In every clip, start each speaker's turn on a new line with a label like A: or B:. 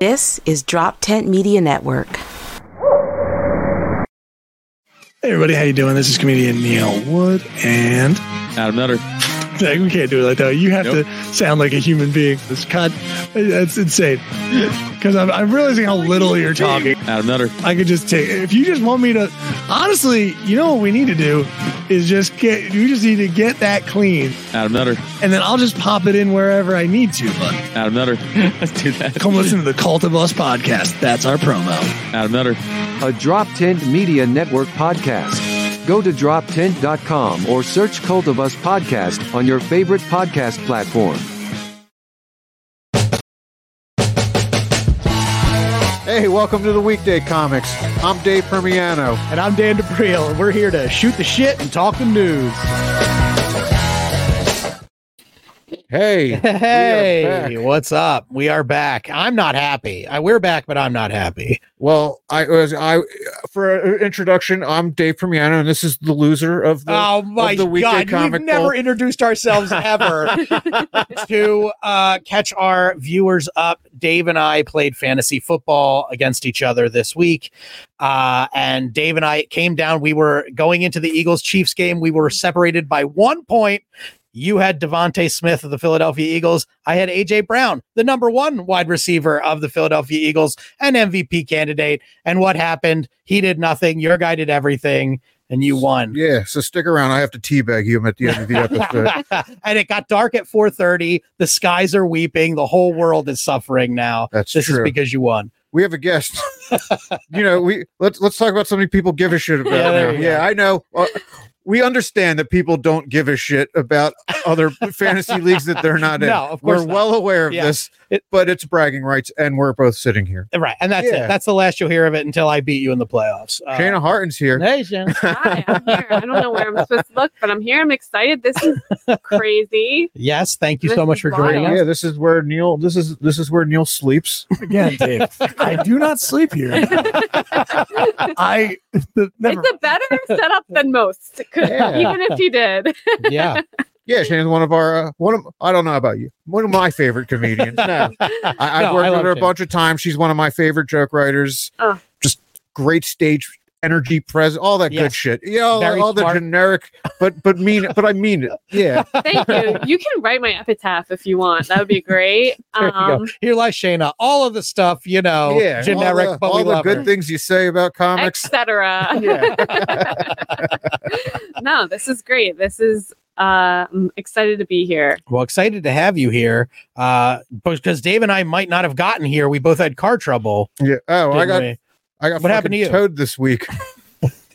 A: This is Drop Tent Media Network.
B: Hey everybody, how you doing? This is comedian Neil Wood, and
C: Adam Nutter.
B: like, we can't do it like that. You have
C: Nope.
B: to sound like a human being. This cut, that's insane. Because I'm, I'm realizing how little you're talking.
C: Adam Nutter.
B: I could just take. If you just want me to, honestly, you know what we need to do is just get. You just need to get that clean,
C: Adam Nutter.
B: and then I'll just pop it in wherever I need to. But
C: Adam Nutter. Let's do that.
B: come listen to the Cult of Us podcast. That's our promo.
C: Adam Nutter.
D: a Drop Tent Media Network podcast. Go to droptent.com or search Cult of Us podcast on your favorite podcast platform.
E: Hey, welcome to the Weekday Comics. I'm Dave Permiano.
F: And I'm Dan DePriel, and we're here to shoot the shit and talk the news.
E: Hey. we are
F: Hey,
E: back.
F: what's up? We are back. I'm not happy. I we're back, but I'm not happy.
E: Well, I was I for introduction. I'm Dave Permiano, and this is the loser of the.
F: oh my
E: the Weekday
F: god, we've
E: Comic
F: never
E: Bowl.
F: introduced ourselves ever to uh, catch our viewers up. Dave and I played fantasy football against each other this week, uh, and Dave and I came down. We were going into the Eagles Chiefs game. We were separated by one point. You had Devonte Smith of the Philadelphia Eagles. I had AJ Brown, the number one wide receiver of the Philadelphia Eagles, an MVP candidate. And what happened? He did nothing. Your guy did everything, and you won.
E: yeah, so stick around. I have to teabag you at the end of the episode.
F: and it got dark at 4:30. The skies are weeping. The whole world is suffering now.
E: That's
F: this
E: true.
F: is because you won.
E: we have a guest. you know, we let's let's talk about something people give a shit about.
F: Yeah, there
E: now.
F: you
E: yeah I know. Uh, we understand that people don't give a shit about other fantasy leagues that they're not in.
F: No, of course
E: we're
F: not.
E: well aware of
F: Yeah.
E: this,
F: It-
E: but it's bragging rights, and we're both sitting here.
F: Right, and that's
E: Yeah.
F: it. That's the last you'll hear of it until I beat you in the playoffs. Uh,
E: Shana Harton's here.
F: hey, Shana.
G: Hi, I'm here. I don't know where I'm supposed to look, but I'm here. I'm excited. This is crazy.
F: Yes, thank you
G: This
F: so much
G: is
F: for joining
G: wild.
F: us.
E: Yeah, this is where Neil. This is this is where Neil sleeps.
B: Again, Dave, I do not sleep here. I never.
G: It's a better setup than most, 'cause
E: Yeah.
G: even if you did.
F: Yeah,
E: Yeah, Shannon's one of our uh, one of I don't know about you, one of my favorite comedians. No, I, I've
F: No, I
E: worked with
F: love
E: her a
F: Shannon.
E: bunch of times. She's one of my favorite joke writers.
G: Oh.
E: Just great stage energy, pres, all that good
F: Yes.
E: shit. Yeah, all,
F: Very
E: all the
F: smart. Oh,
E: generic, but but mean it. But I mean it. Yeah,
G: Thank you. You can write my epitaph if you want. That would be great.
F: there you go.
G: Um,
F: Here lies Shana. All of the stuff, you know,
E: yeah. all
F: generic,
E: the-
F: but
E: all
F: we
E: the
F: love
E: good
F: her.
E: things you say about comics.
G: etc.
E: yeah,
G: no, this is great. This is uh, I'm excited to be here.
F: Well, excited to have you here uh, because Dave and I might not have gotten here. We both had car trouble.
E: yeah. Oh, I
F: didn't
E: got
F: we?
E: I got
F: What happened
E: fucking
F: to you?
E: Towed this week.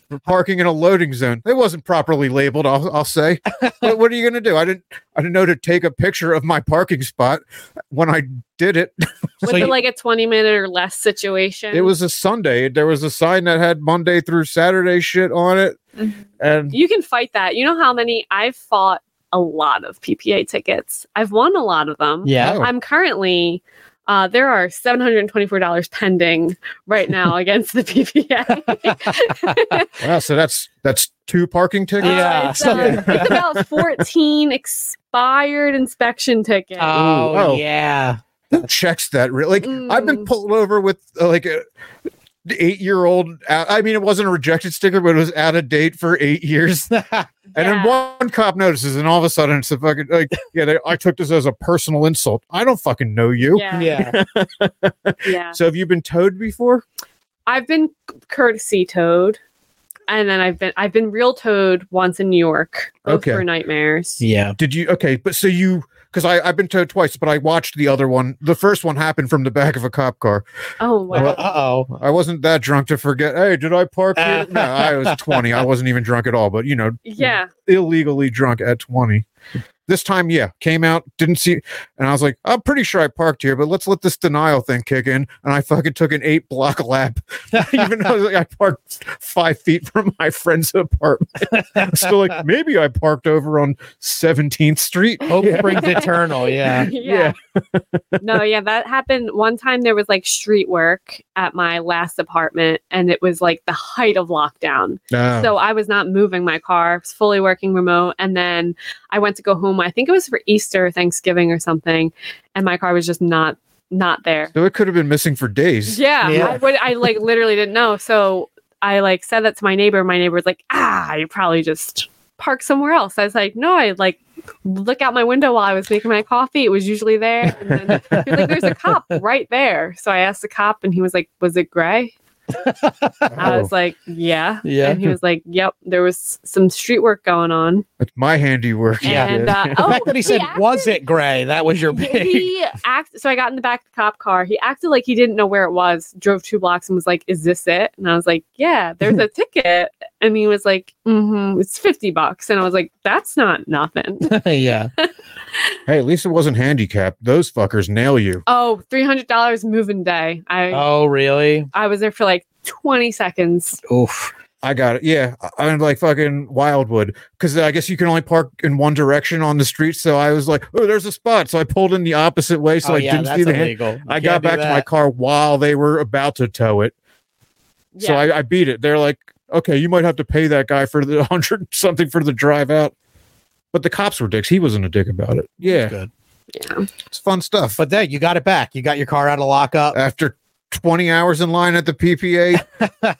E: For parking in a loading zone. It wasn't properly labeled. I'll, I'll say. what, what are you going to do? I didn't. I didn't know to take a picture of my parking spot when I did it.
G: Was
F: So
G: it
F: you-
G: like a 20 minute or less situation?
E: It was a Sunday. There was a sign that had Monday through Saturday shit on it,
G: Mm-hmm.
E: and
G: You can fight that. You know how many I've fought a lot of PPA tickets. I've won a lot of them.
F: Yeah.
E: Oh.
G: I'm currently uh, there are seven hundred and twenty-four dollars pending right now against the PPA.
E: wow, so that's that's two parking tickets.
F: Yeah,
G: Uh, it's, um,
F: something-
G: it's about fourteen expired inspection tickets.
F: Oh,
E: oh.
F: yeah.
E: Who checks that? Really? Like I've been
G: Mm.
E: pulled over with uh, like a eight year old. I mean, it wasn't a rejected sticker, but it was out of date for eight years. And then
G: Yeah.
E: one cop notices, and all of a sudden it's a fucking like, yeah, they, I took this as a personal insult. I don't fucking know you.
G: yeah, yeah,
F: Yeah.
E: So have you been towed before?
G: I've been courtesy towed, and then I've been I've been real towed once in New York. Both
E: Okay.
G: were nightmares.
F: Yeah.
E: Did you? Okay, but so you, because I I've been towed twice, but I watched the other one. The first one happened from the back of a cop car.
G: Oh wow.
F: Uh oh.
E: I wasn't that drunk to forget. Hey, did I park here? No, I was twenty. I wasn't even drunk at all. But you know,
G: Yeah.
E: illegally drunk at twenty. This time, yeah, came out, didn't see, and I was like, I'm pretty sure I parked here, but let's let this denial thing kick in. And I fucking took an eight block lap even though like, I parked five feet from my friend's apartment. Still like maybe I parked over on 17th Street.
F: Hope springs eternal. Yeah.
G: yeah. no, yeah, that happened one time. There was like street work at my last apartment, and it was like the height of lockdown.
E: No.
G: So I was not moving my car, I was fully working remote. And then I went to go home home. I think it was for Easter, Thanksgiving, or something, and my car was just not not there.
E: So it could have been missing for days.
G: Yeah,
F: Yeah.
G: I would. I like literally didn't know. So I like said that to my neighbor. My neighbor was like, "Ah, you probably just parked somewhere else." I was like, "No, I like look out my window while I was making my coffee. It was usually there." And then he was like, "There's a cop right there." So I asked the cop, and he was like, "Was it gray?" I
E: Oh,
G: was like, "Yeah."
F: Oh. Yeah.
G: And he was like, "Yep, there was some street work going on."
E: That's my handiwork.
F: Yeah.
G: And uh,
F: The
G: oh,
F: fact that he said, "Was it gray?" That was your big.
G: he act so I got in the back of the cop car. He acted like he didn't know where it was, drove two blocks and was like, Is this it? And I was like, Yeah, there's a ticket. And he was like, mm-hmm, it's fifty bucks. And I was like, That's not nothing.
F: yeah.
E: Hey, at least it wasn't handicapped. Those fuckers nail you.
G: oh, three hundred dollars moving day. I
F: Oh, really? Oh,
G: I was there for like twenty seconds.
F: Oof.
E: I got it. Yeah, I- I'm like fucking Wildwood because I guess you can only park in one direction on the street. So I was like, oh, there's a spot. So I pulled in the opposite way. So
F: oh,
E: I
F: yeah,
E: didn't
F: that's
E: see the hand.
F: illegal. You
E: I
F: can't
E: got
F: do
E: back to my
F: that.
E: car while they were about to tow it. So
G: Yeah.
E: I, I beat it. They're like, okay, you might have to pay that guy for the hundred something for the drive out. But the cops were dicks. He wasn't a dick about it. Yeah,
F: Good.
E: it's fun stuff.
F: But uh, there, you got it back. You got your car out of lockup.
E: After 20 hours in line at the PPA,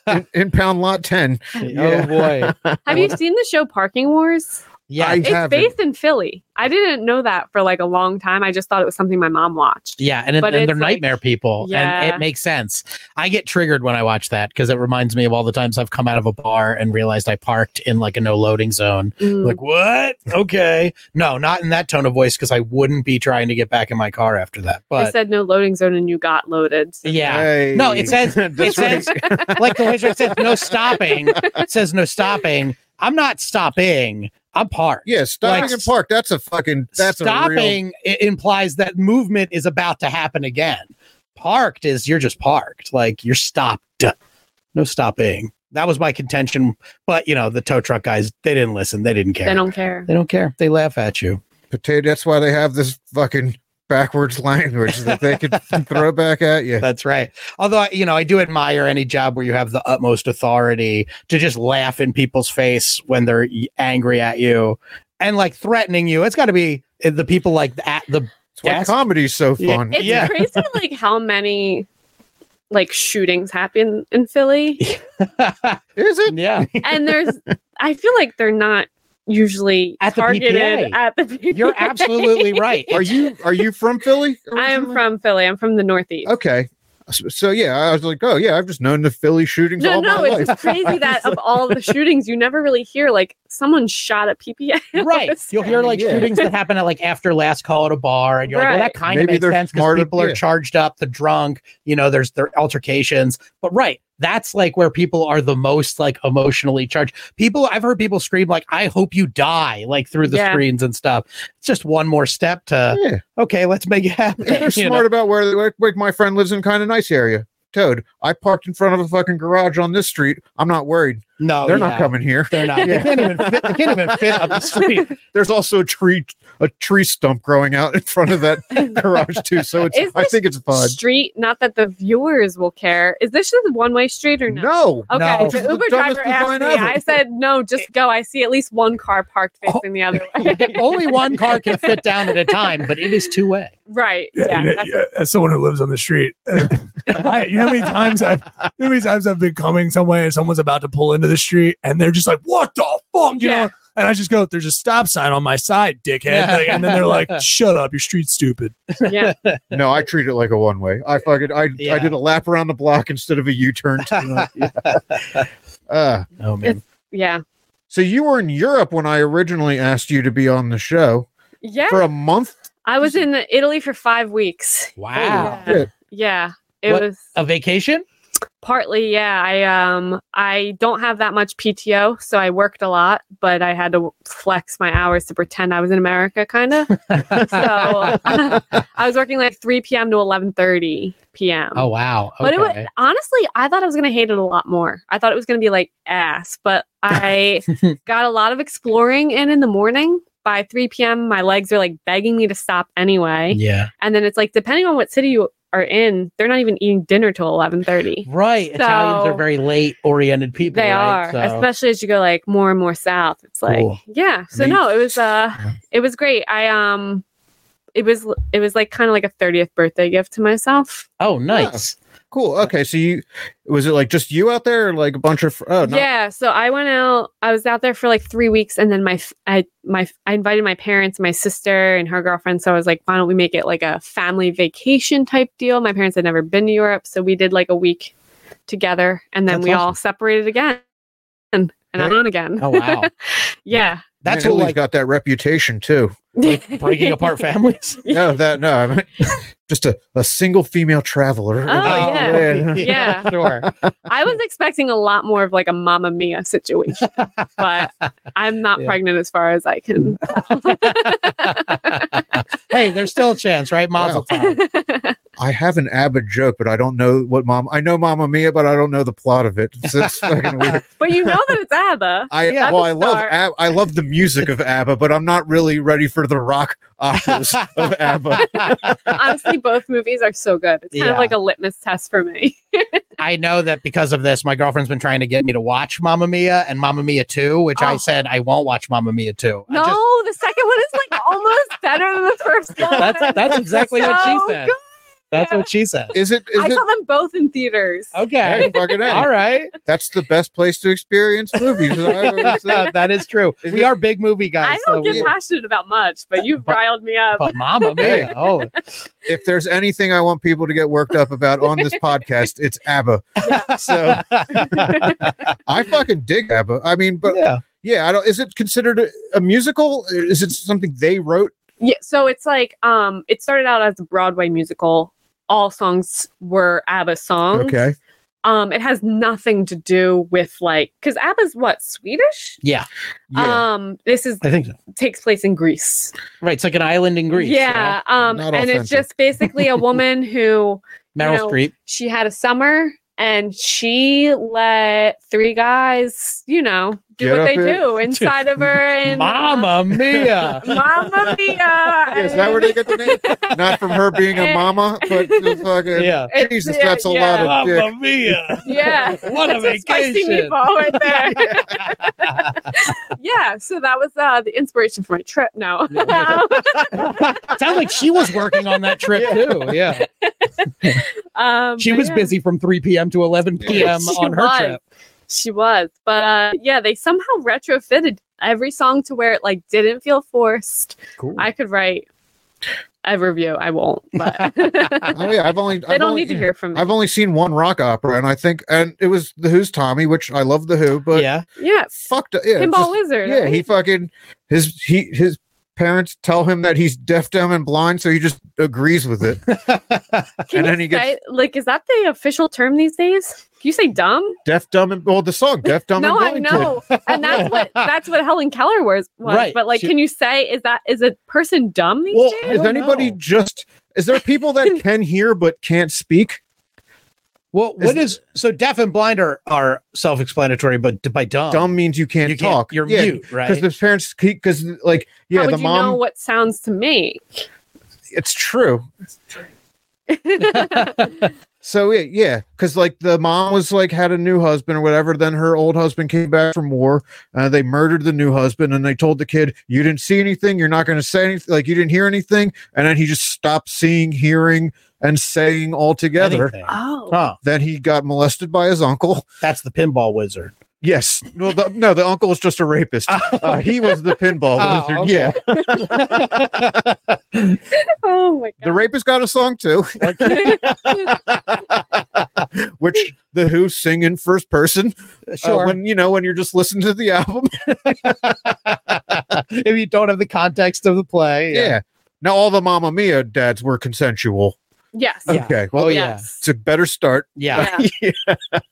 E: in, impound lot 10.
F: Oh boy.
G: Have you seen the show Parking Wars?
F: Yeah.
E: I-
G: It's
E: haven't.
G: based in Philly. I didn't know that for like a long time. I just thought it was something my mom watched.
F: yeah, and, it-
G: But
F: and they're
G: it's like-
F: nightmare people, and
G: Yeah.
F: it makes sense. I get triggered when I watch that because it reminds me of all the times I've come out of a bar and realized I parked in like a no loading zone.
G: Mm.
F: Like what? Okay, no, not in that tone of voice because I wouldn't be trying to get back in my car after that.
G: I
F: But
G: said no loading zone and you got loaded. So-
F: yeah, No, it says- it says, like the way it says no stopping. It says no stopping. I'm not stopping. I'm parked.
E: Yeah, stopping
F: Like,
E: and park. That's a fucking. That's
F: stopping
E: a real.
F: i- implies that movement is about to happen again. Parked is you're just parked, like you're stopped. No stopping. That was my contention, but you know the tow truck guys they didn't listen. They didn't care.
G: They don't care.
F: They don't care. They laugh at you.
E: Potato. That's why they have this fucking backwards language that they could throw back at you.
F: That's right. Although I- you know I do admire any job where you have the utmost authority to just laugh in people's face when they're y- angry at you and like threatening you. It's got to be uh, the people like the, at the
E: That's why
F: Yes.
E: comedy's so
F: Yeah.
E: fun.
G: It's
F: Yeah.
G: crazy like how many like shootings happen in Philly.
E: Is it?
F: yeah.
G: And there's I feel like they're not usually
F: At the
G: targeted
F: PPA.
G: at the PPA.
F: You're absolutely right.
E: Are you Are you from Philly?
G: I am
E: originally? Oh,
G: from Philly. I'm from the Northeast.
E: Okay. So, so, yeah, I was like, oh yeah, I've just known the Philly shootings
G: No,
E: all
G: no,
E: my
G: it's
E: life.
G: just crazy that of all the shootings, you never really hear like someone shot at PPA.
F: right. You'll hear like
E: Yeah.
F: shootings that happen at like after last call at a bar, and you're like, well, that
G: Right.
F: kind of
E: Maybe
F: makes
E: they're
F: sense because
E: smarter-
F: people are
E: yeah.
F: charged up, they're drunk, you know, there's their altercations. But right, that's like where people are the most like emotionally charged. People, I've heard people scream like, "I hope you die!" like through the
G: Yeah.
F: screens and stuff. It's just one more step to
E: yeah,
F: okay, let's make it happen.
E: they're
F: uh, you
E: smart
F: know?
E: about where they like, like my friend lives in kind of nice area. Toad, I parked in front of a fucking garage on this street. I'm not worried.
F: No,
E: They're
F: Oh, yeah,
E: not coming here.
F: They're not. They can't even fit. They can't even fit up the street.
E: There's also a tree a tree stump growing out in front of that garage too. So it's
G: Is
E: I
G: this
E: think it's fun.
G: Street, not that the viewers will care. Is this just a one way street or no?
E: No.
G: Okay,
F: No. This
G: the
E: is the
G: Uber
E: dumbest
G: driver asked
E: design
G: me.
E: ever.
G: I said no, just go. I see at least one car parked facing the other way.
F: Only one car can fit down at a time, but it is two way.
G: Right.
H: Yeah,
G: Yeah.
H: and, uh,
G: that's-
H: yeah, as someone who lives on the street, I, you know how many times I've, you know how many times I've been coming somewhere and someone's about to pull into the street and they're just like, "What the fuck?" You
G: Yeah.
H: know, and I just go, "There's a stop sign on my side, dickhead,"
F: Yeah.
H: Like, and then they're like, "Shut up, your street's stupid."
G: yeah.
E: No, I treat it like a one way. I fucking I
F: Yeah.
E: I did a lap around the block instead of a U-turn. to the right. Yeah. Uh,
F: Oh man.
G: Yeah.
E: so you were in Europe when I originally asked you to be on the show
G: Yeah.
E: for a month.
G: I was in Italy for five weeks.
F: Wow.
G: Yeah. Yeah. It
F: What-
G: was
F: A vacation?
G: partly, yeah. I um I don't have that much PTO, so I worked a lot, but I had to flex my hours to pretend I was in America kinda. so I was working like three PM to eleven thirty PM.
F: Oh wow!
G: But it was honestly, I thought I was gonna hate it a lot more. I thought it was gonna be like ass, but I got a lot of exploring in in the morning. By 3 p.m., my legs are like begging me to stop anyway.
F: yeah,
G: And then it's like depending on what city you are in, they're not even eating dinner till eleven thirty.
F: Right. Italians
G: So-
F: are very late oriented people.
G: They
F: right?
G: are,
F: So-
G: especially as you go like more and more south. It's like,
F: Cool.
G: yeah. So
E: Me-
G: no, it was uh, it was great. I um, it was it was like kind of like a thirtieth birthday gift to myself.
F: oh, nice.
E: Cool. Okay. So you was it like just you out there, or like a bunch of fr- oh no,
G: Yeah. So I went out. I was out there for like three weeks, and then my f- I my f- I invited my parents, my sister, and her girlfriend. So I was like, why don't we make it like a family vacation type deal? My parents had never been to Europe, so we did like a week together, and then
F: That's
G: we all separated again, and and on again.
F: Oh, wow.
G: Yeah.
F: That's
E: Man,
F: what
E: Italy's
F: like
E: got that reputation too.
F: break- breaking apart families.
E: No, that no, I mean, just a, a single female traveler.
G: Oh, yeah. Yeah.
F: Sure.
G: I was expecting a lot more of like a Mamma Mia situation, but I'm not
F: Yeah.
G: pregnant as far as I can.
F: hey, there's still a chance, right? Mazel tov.
E: I have an avid joke, but I don't know what mom. I know Mamma Mia, but I don't know the plot of it. It's, it's fucking weird.
G: but you know that it's ABBA.
E: I
F: Yeah.
E: well, I
G: At the
E: love
G: start.
E: Ab- I love the music of ABBA, but I'm not really ready for the rock operas of ABBA.
G: Honestly, both movies are so good. It's kind
F: Yeah.
G: of like a litmus test for me.
F: I know that because of this, my girlfriend's been trying to get me to watch Mamma Mia and Mamma Mia 2, which I
G: Oh.
F: said I won't watch Mamma Mia 2. I
G: No,
F: just-
G: the second one is like almost better than the first one.
F: that's that's exactly what she
G: So
F: said.
G: good.
F: That's what she said.
E: Is it? Is
G: I
E: it?
G: saw them both in theaters.
E: Hey,
F: Okay.
E: fucking A.
F: All right.
E: That's the best place to experience movies. I always say.
F: that is true.
E: Is
F: we
E: it-
F: are big movie guys.
G: I don't
F: so
G: get
F: we-
G: passionate about much, but you've
F: But-
G: riled me up.
F: but Mamma Mia. Oh,
E: if there's anything I want people to get worked up about on this podcast, it's ABBA. So I fucking dig ABBA. I mean, but
F: yeah.
E: yeah, I don't. Is it considered a, a musical? Is it something they wrote?
G: Yeah, so it's like um it started out as a Broadway musical. All songs were ABBA songs.
E: Okay.
G: Um it has nothing to do with like cuz ABBA's what, Swedish?
F: Yeah.
E: Yeah.
G: Um this is
F: I think so.
G: takes place in Greece.
F: Right. It's like an island in Greece.
G: Yeah, um
E: Not
G: and it's
E: offensive.
G: just basically a woman
F: You
G: who
F: know? Meryl
G: You know,
F: Streep.
G: she had a summer and she let three guys, you know, do
E: Get
G: what
E: up
G: they
E: it.
G: do inside of her and
F: Mamma Mia.
G: Mama Mia.
E: Yeah, is that where they get the name? Not from her being a mama, but the fucking
F: yeah.
G: It's-
E: Jesus,
G: yeah,
E: that's a
G: yeah.
E: lot of dick.
F: Mia.
G: Yeah.
F: What a
G: That's spicy
F: vacation.
G: meatball right there. yeah, so that was uh, the inspiration for my trip. No,
F: Sounds like she was working on that trip too. Yeah.
G: um,
F: She
G: but
F: was
G: yeah,
F: busy from 3 p.m. to 11 p.m.
G: She
F: on her
G: was.
F: trip.
G: She was, but uh, yeah, they somehow retrofitted every song to where it like didn't feel forced.
F: Cool.
G: I could write a review. I won't, but they
E: Oh, yeah, I've only. I've
G: don't
E: only,
G: need to hear from me.
E: I've only seen one rock opera, and I think, and it was The Who's Tommy, which I love The Who, but
F: yeah.
G: yeah,
E: fucked. Yeah, it's
G: pinball
E: just-
G: wizard.
E: Yeah,
G: right?
E: he fucking his he his parents tell him that he's deaf, dumb, and blind, so he just agrees with it.
G: Can
E: and
G: you
E: then he gets-
G: say- like, is that the official term these days? Can you say dumb?
E: deaf, dumb, and well, the song "Deaf, Dumb,
G: no, I
E: and Blind." Kid.
G: know, and that's what that's what Helen Keller was. was.
F: Right.
G: But like,
F: She-
G: can you say is that is a person dumb these
E: Well,
G: days?
F: I
E: is
F: don't
E: anybody
F: know.
E: just? Is there people that can hear but can't speak?
F: Well,
E: Is-
F: what is so deaf and blind are, are self explanatory, but d- by dumb.
E: Dumb means you can't
F: Oh. you can't-
E: talk.
F: You're
E: yeah,
F: mute,
E: Because
F: right?
E: the parents, because like, yeah,
G: How would
E: the
G: you
E: mom.
G: know what sounds to me?
E: it's true. So yeah, yeah, because like the mom was like had a new husband or whatever. Then her old husband came back from war. Uh, they murdered the new husband, and they told the kid, "You didn't see anything. You're not going to say anything. Like you didn't hear anything." And then he just stopped seeing, hearing, and saying altogether.
F: Anything.
G: oh,
F: Huh.
E: Then he got molested by his uncle.
F: That's the pinball wizard.
E: Yes. Well, the, no, the uncle was just a rapist. Uh, he was the pinball
F: Oh,
E: wizard.
F: okay.
E: Yeah,
G: oh my
E: the
G: god!
E: rapist got a song too, which the Who sing in first person. uh,
F: Sure.
E: when you know when you're just listening to the album.
F: if you don't have the context of the play.
E: Yeah. Now all the Mamma Mia dads were consensual.
G: yes.
F: Yeah.
E: Okay. Well,
F: Oh, yeah.
E: it's a better start.
F: Yeah.
G: Yeah.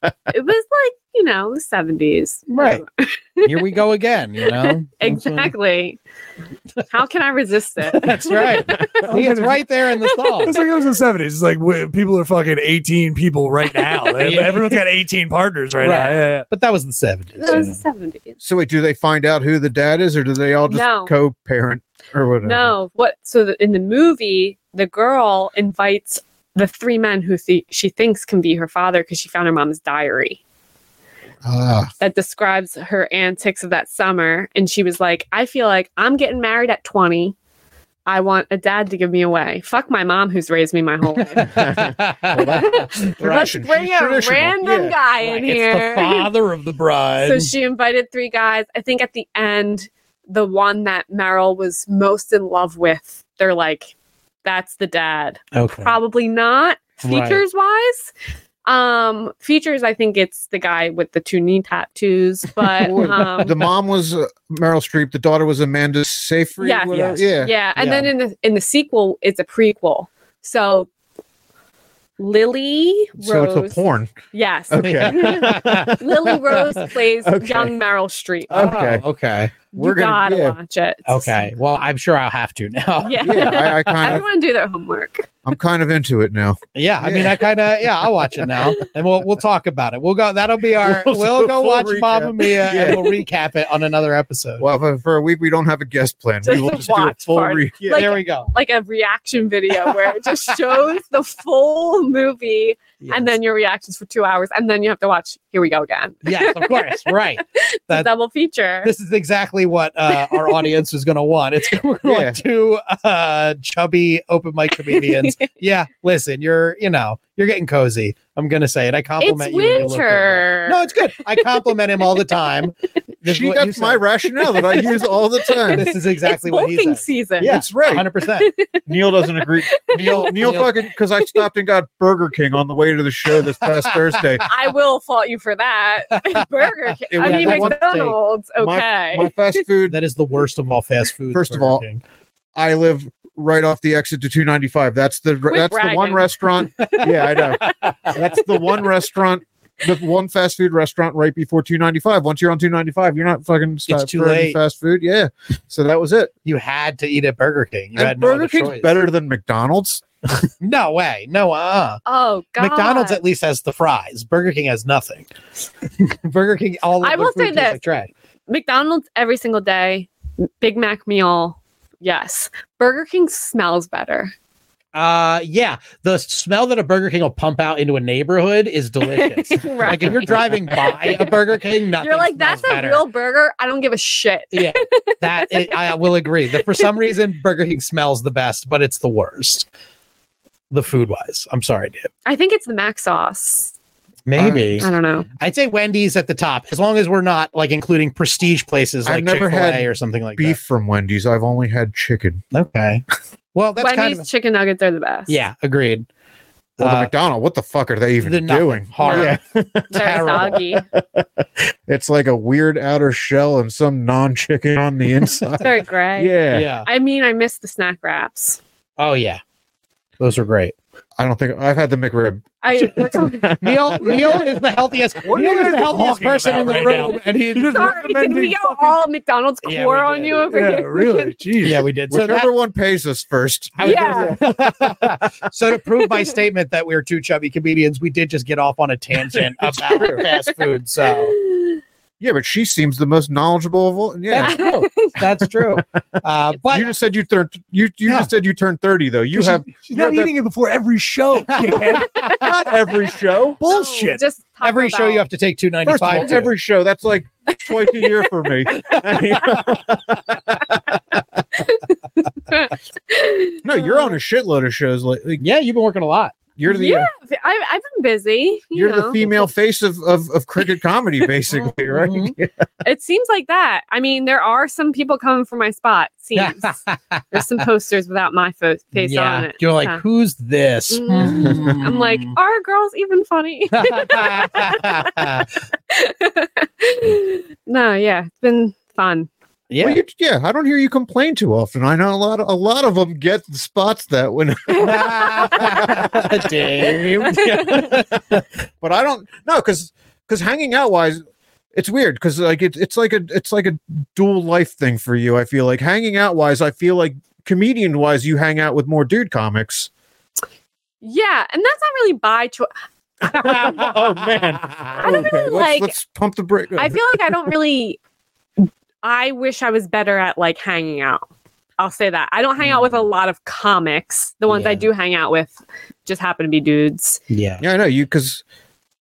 G: It was like you know the seventies,
F: Right. Here we go again, you know? That's what-
G: Exactly. How can I resist it?
F: That's right. See, it's right there in the
H: It's
F: song.
H: like it was in the seventies. It's like wh- people are fucking eighteen people right now. They-
F: Yeah.
H: Everyone's got eighteen partners right, now.
F: Right.
H: Yeah, yeah.
F: But that was the 70s.
G: That was the seventies.
E: So wait, do they find out who the dad is, or do they all just
G: No.
E: co-parent or whatever?
G: No, what? So the, in the movie, the girl invites the three men who th- she thinks can be her father because she found her mom's diary
B: Ah,
G: that describes her antics of that summer. And she was like, I feel like I'm getting married at 20. I want a dad to give me away. Fuck my mom who's raised me my whole life. Let's
B: She's
G: bring a
B: traditional.
G: random
B: Yeah.
G: guy in
F: It's the
G: here.
F: father of the
G: So
F: bride.
G: she invited three guys. I think at the end, the one that Meryl was most in love with, they're like, that's the dad.
F: okay.
G: Probably not
F: Right.
G: features wise. Um, features, I think it's the guy with the two knee tattoos, but um,
E: the mom was uh, Meryl Streep. The daughter was Amanda Seyfried.
G: Yeah.
E: whatever.
F: Yes.
E: yeah.
G: yeah and
F: Yeah.
G: then in the in the sequel it's a prequel so lily rose
E: So it's a porn.
G: yes
E: Okay.
G: lily rose plays
E: Okay.
G: young meryl streep
E: Oh,
F: Okay. okay.
G: we're
E: we're
G: you
E: gonna-
G: gotta
E: yeah.
G: watch it
F: Okay. Well, I'm sure I'll have to now.
G: yeah,
E: Yeah, I, I kind of,
G: everyone do their homework
E: I'm kind of into it now.
F: Yeah, I mean, I kind of yeah, I'll watch it now, and we'll we'll talk about it. We'll go. That'll be our. We'll,
E: We'll-
F: go
E: we'll
F: watch
E: recap.
F: Mamma Mia,
E: Yeah.
F: and we'll recap it on another episode.
E: Well, for, for a week we don't have a guest plan.
G: Just
E: we will
G: a
E: just do a
G: watch
E: full
G: party.
E: re-
F: yeah,
G: like-
F: there we go.
G: like a reaction video where it just shows the full movie and then your reactions for two hours and then you have to watch here we go again
F: yes, of course, right.
G: It's a
F: That-
G: double feature
F: This is exactly what uh, our audience is going to want. It's we're
E: Yeah.
F: like two uh, chubby open mic comedians. yeah, listen, you're you know you're getting cozy. I'm going to say it. I
G: it's
F: compliment you. when you look over.
G: winter
F: No, it's good. I compliment him all the time. This is
E: She,
F: what you
E: that's my
F: said.
E: rationale that I use all the time.
F: This is exactly
G: it's
F: what he
G: wolfing
F: said.
G: season
F: Yeah.
E: That's right.
F: 100%.
E: Neil doesn't agree. Neil, Neil,
F: Neil-
E: fucking because I stopped and got Burger King on the way to the show this past Thursday.
G: I will fault you for that. Burger King.
E: It
G: I
E: was
G: mean,
E: that one
G: McDonald's.
E: My-
G: Okay.
E: My fast food.
F: That is the worst of all fast food.
E: First of
F: Burger
E: all,
F: King.
E: I live right off the exit to 295. That's the
G: Quit
E: that's the one
G: bragging.
E: restaurant. Yeah, I know. That's the one restaurant. The one fast food restaurant right before 295. Once you're on 295, you're not fucking stopped
F: too
E: for any
F: late.
E: fast food. Yeah. So that was it.
F: you had to eat at Burger King. You had
E: And Burger
F: no other
E: King's
F: choice.
E: better than McDonald's.
F: No way. No, uh.
G: Oh God.
F: McDonald's at least has the fries. Burger King has nothing. Burger King, all of
G: I
F: the
G: will
F: food
G: say
F: tastes
G: this.
F: like trash.
G: McDonald's every single day. Big Mac meal. Yes. Burger King smells better.
F: Uh, yeah, the smell that a Burger King will pump out into a neighborhood is delicious. Like
G: right.
F: if you're driving by a Burger King, nothing.
G: You're like, that's
F: smells
G: a
F: better.
G: real burger. I don't give a shit.
F: Yeah, that it, I will agree that for some reason Burger King smells the best, but it's the worst. The food wise, I'm sorry, Dave.
G: I think it's the mac sauce.
F: Maybe
E: Uh,
G: I don't know.
F: I'd say Wendy's at the top, as long as we're not like including prestige places
E: I've
F: like Chick
E: never
F: Fil
E: had
F: A or something like
E: Beef from Wendy's. I've only had chicken.
F: that. Okay, well that's
G: Wendy's
F: kind of
G: chicken nuggets are the best.
F: yeah, agreed.
E: Well, the
F: Uh,
E: McDonald, what the fuck are they even
F: the nothing.
E: doing?
F: Horrible.
E: Yeah.
G: They're
F: terrible.
G: soggy.
E: It's like a weird outer shell and some non-chicken on the inside.
G: Very great.
E: yeah.
F: yeah.
G: I mean, I miss the snack wraps.
F: Oh yeah, those are great.
E: I don't think I've had the McRib.
G: I we're talking
F: Neil Neil is the healthiest.
H: What are
F: Neil
H: you
F: is the
H: guys
F: healthiest
H: talking
F: person in the
H: about right
F: room.
H: now?
F: And he
H: just
G: Sorry, did we
H: recommending
G: go
H: fucking-
G: all McDonald's core
F: Yeah, we
G: on
F: did.
G: you over
H: Yeah,
G: here?
H: really. Jeez.
F: yeah, we did. So
E: Whichever
F: that,
E: one pays us first.
F: I was
G: Yeah.
F: gonna say- so to prove my statement that we are two chubby comedians, we did just get off on a tangent about fast food. So
E: Yeah, but she seems the most knowledgeable of all. Yeah.
F: that's true. That's true. Uh, but
E: you just said you turned you you
F: Yeah.
E: just said you turned 30 though. You
H: She's-
E: have
H: She's not
E: Yeah, that-
H: eating it before every show. Dickhead.
E: not every show.
H: Bullshit.
G: Just talk
F: every show you
G: about-
F: have to take two ninety
E: First of all,
F: five.
E: every show that's like twice a year for me. no, you're on a shitload of shows. Like, like,
F: yeah, you've been working a lot.
E: you're the
G: Yeah, I, I've been busy. You
E: you're
G: know.
E: the female face of, of of cricket comedy, basically, right?
F: Mhm.
G: it seems like that. I mean, there are some people coming for my spot. Seems there's some posters without my fo- face on it.
F: You're like,
G: Huh.
F: who's this?
G: Mm. I'm like,
E: Mm-hmm.
G: are girls even funny?
F: yeah.
G: no, yeah, it's been fun.
E: Well, you- yeah, I don't hear you complain too often. I know a lot of a lot of them get spots that when, but I don't no because because hanging out wise, it's weird because like it's it's like a it's like a dual life thing for you. I feel like hanging out wise, I feel like comedian wise, you hang out with more dude comics.
G: Yeah, and that's not really by choice.
E: oh man,
G: I don't really
E: let's,
G: like-
E: let's pump the brake.
G: I feel like I don't really. I wish I was better at like hanging out. I'll say that. I don't hang out with
E: Mm.
G: a lot of comics. The ones I
F: Yeah.
G: do hang out with just happen to be dudes.
F: Yeah.
E: uh, Yeah, I know you because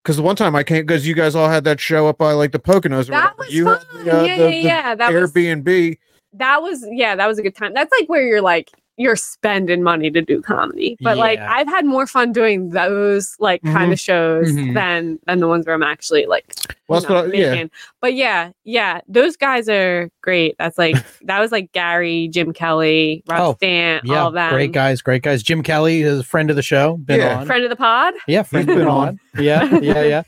E: because the one time I came because you guys all had that show up by like the Poconos. or whatever.
G: That was
E: you
G: fun.
E: had the, uh,
G: yeah,
E: the- the
G: yeah, yeah. That was
E: Airbnb.
G: that was yeah, that was a good time. That's like where you're like you're spending money to do comedy. But like
F: Yeah.
G: I've had more fun doing those like kind of shows
F: Mhm.
G: than than the ones where I'm actually like
E: Well,
G: you
E: that's
G: know,
E: what I, yeah,
G: making. But yeah, yeah, those guys are great. That's like that was like Gary, Jim Kelly, Rob
F: Oh,
G: Stant,
F: Yeah,
G: all that.
F: great guys, great guys. Jim Kelly is a friend of the show. Been
E: Yeah.
F: on.
G: Friend of the pod?
F: Yeah, friend
E: been
F: been
E: on.
F: on. Yeah, yeah, yeah.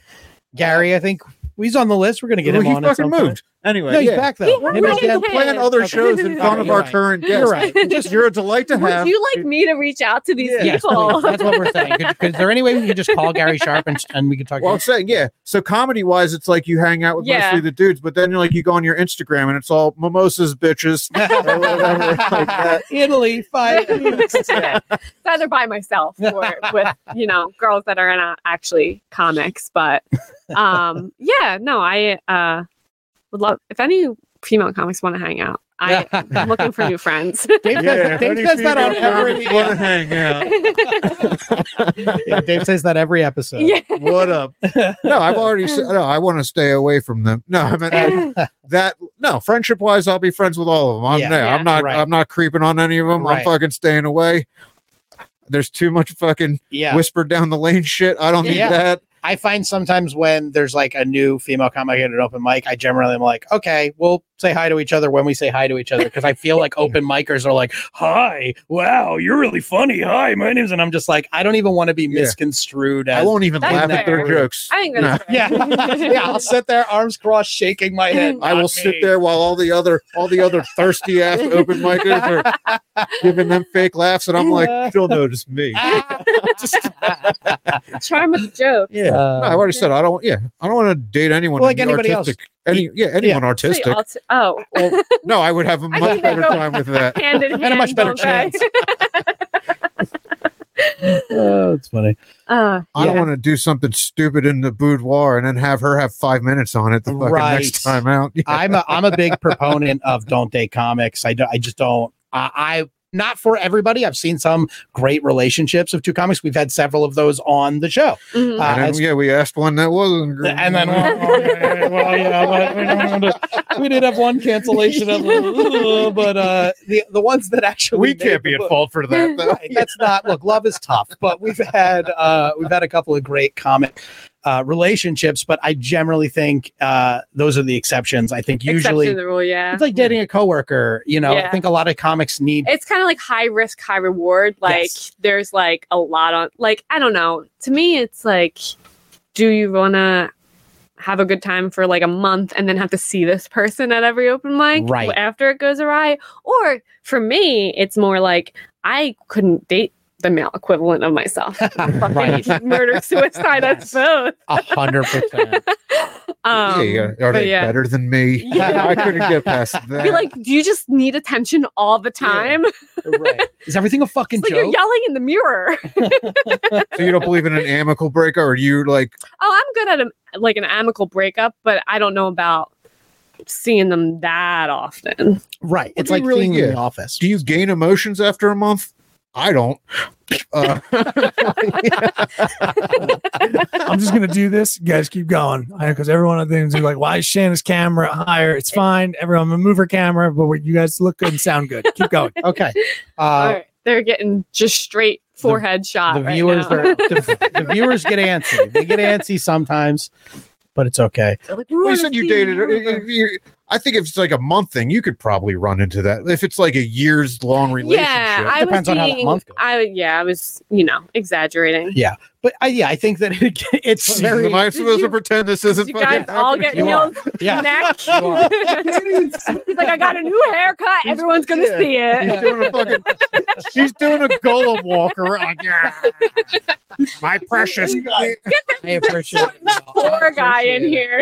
F: Gary, I think he's on the list. We're gonna get him
E: Well,
F: on.
E: he
F: at
E: fucking
F: some point.
E: moved. Anyway,
F: No, he's
E: yeah.
F: back though.
G: He
F: Him and
E: We don't
G: already
F: Jen-
G: did.
E: plan other
F: Okay.
E: shows in front of
F: You're
E: our
F: right.
E: current guests.
F: You're right.
E: Just you're a delight to have.
G: Would you like me to reach out to these
F: Yes,
G: people?
F: please. That's what we're saying. Could, could- is there any way we could just call Gary Sharp and, and we could talk?
E: well, I'm saying yeah. So comedy wise, it's like you hang out with
G: Yeah.
E: mostly the dudes, but then you're like you go on your Instagram and it's all mimosas, bitches, or whatever, like that.
F: Italy, five.
G: it's either by myself or with you know girls that are not actually comics but um yeah no i uh would love if any female comics want to hang out I, i'm looking for new friends
F: Dave says,
E: Yeah,
F: Dave
E: any
F: says that on
E: female
F: every.
E: comics wanna hang out.
F: Yeah, Dave says that every episode.
G: yeah
E: What up? No, I've already said, no, I want to stay away from them. No, I mean, I- that, no, friendship wise, I'll be friends with all of them. I'm,
F: Yeah.
E: no, I'm
G: Yeah.
E: not,
F: Right.
E: I'm not creeping on any of them. I'm
F: Right.
E: fucking staying away. There's too much fucking
F: yeah.
E: whisper down the lane shit. I don't need
F: Yeah.
E: that.
F: I find sometimes when there's like a new female comic at an open mic, I generally am like, okay, we'll say hi to each other when we say hi to each other because I feel like open micers are like, hi, wow, you're really funny. Hi, my name's, and I'm just like, I don't even want to be
E: Yeah.
F: misconstrued
E: I
F: as.
E: won't even
G: That's
E: laugh at their
G: fair.
E: jokes.
G: i think that's
F: yeah, yeah. I'll sit there, arms crossed, shaking my head.
E: I will
F: "Not
E: sit
F: me."
E: there while all the other all the other thirsty ass open micers are giving them fake laughs, and I'm like, you'll notice me.
F: Ah.
G: charm of the joke
E: Yeah,
F: Uh,
E: No, I've already said I don't. Yeah, I don't want to date anyone
F: Well,
E: in
F: like
E: the
F: anybody else.
E: artistic. Any yeah, anyone
G: Wait,
E: artistic.
G: I'll t- oh
E: Well, no, I would have a
G: I
E: much
G: think they
E: better
G: go-
E: time with that.
G: hand in hand
F: And a much better
G: don't I?
F: chance. oh, it's funny.
G: uh,
E: I don't want to do something stupid in the boudoir and then have her have five minutes on it the fucking
F: Right.
E: next time out. Yeah.
F: I'm a I'm a big proponent of don't date comics. I do, I just don't. I, I not for everybody. I've seen some great relationships of two comics. We've had several of those on the show.
G: mhm.
F: uh,
E: and
F: as-
E: then, yeah, we asked one that wasn't.
F: And then, well, you know, but we, don't want to- we did have one cancellation, of, but uh, the the ones that actually
E: we
F: made
E: can't
F: the
E: be at
F: book-
E: fault for that. Though.
F: Right, That's not look. Love is tough, but we've had uh, we've had a couple of great comic uh, relationships. But I generally think uh, those are the exceptions. I think usually
G: Exception to the rule yeah
F: it's like dating a coworker. You know, I
G: Yeah.
F: think a lot of comics need.
G: it's kind of like high risk, high reward. Like
F: Yes.
G: there's like a lot on. Like I don't know. To me, it's like, do you wanna have a good time for like a month and then have to see this person at every open mic
F: Right.
G: after it goes awry? Or for me, it's more like I couldn't date the male equivalent of myself.
F: Right.
G: Murder suicide. That's both.
F: A hundred percent.
G: Um,
E: yeah, are
G: but
E: they
G: yeah.
E: better than me?
G: Yeah.
E: I couldn't get past that.
G: Be like, do you just need attention all the time?
F: Right. Is everything a fucking
G: It's like you're
F: joke?
G: yelling in the mirror.
E: so you don't believe in an amicable breaker, or you like?
G: oh i'm good at a, like an amicable breakup but i don't know about seeing them that often
F: Right. It's
E: do you
F: like
E: really
F: being in
E: get?
F: the office.
E: Do you gain emotions after a month? I don't. Uh,
H: I'm just gonna do this. You guys keep going because everyone at the end is like, "Why is Shannon's camera higher? It's fine. Everyone, I'm gonna move her camera, but you guys look good and sound good. Keep going."
F: Okay.
G: All
F: Uh,
G: right. they're getting just straight forehead shot
F: the
G: right
F: viewers
G: now.
F: are the, the viewers get antsy. They get antsy sometimes, but it's okay.
G: They're like,
E: well, you
G: "Wanna
E: said you
G: see
E: dated.
G: more."
E: if you- I think if it's like a month thing, you could probably run into that. If it's like a years long relationship,
G: yeah i
F: Depends
G: was
F: on how that
G: being
F: month goes.
G: i yeah i was you know exaggerating
F: But I, yeah, I think that it, it's very
E: am I supposed
G: you-
E: to pretend this isn't?
G: you guys
E: fucking
G: all
E: happening?
G: get
F: You
G: nails
F: yeah.
G: neck he's
F: You are.
G: like i got a new haircut everyone's gonna
E: yeah. He's
G: see it
E: doing a fucking. she's doing a golem walk around. Yeah. My precious.
F: I appreciate it.
G: poor guy in here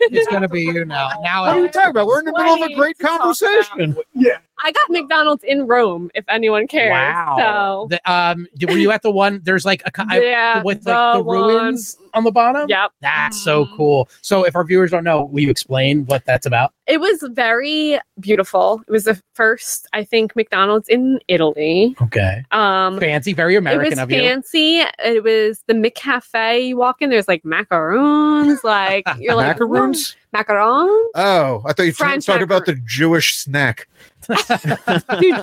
F: It's gonna be you now. Now
E: What are you talking about? We're in the middle of a
G: Wait,
E: great
G: to talk about-
E: conversation.
H: Yeah,
G: I got McDonald's in Rome, if anyone cares.
F: Wow. The- um, did- were you at the one? There's like a co-
G: So
F: I-
G: yeah,
F: with like the, ruins on the bottom.
G: One. Yep.
F: That's so cool. So, if our viewers don't know, will you explain what that's about?
G: It was very beautiful. It was the first, I think, McDonald's in Italy.
F: Okay.
G: Um,
F: Fancy, very American
G: it was
F: of you.
G: fancy. It was the McCafe. You walk in, there's like macaroons, like you're like
E: Macaroons?
G: "Whoa, macarons.
E: Oh, I thought you were
G: French
E: talking about the Jewish snack.
G: Do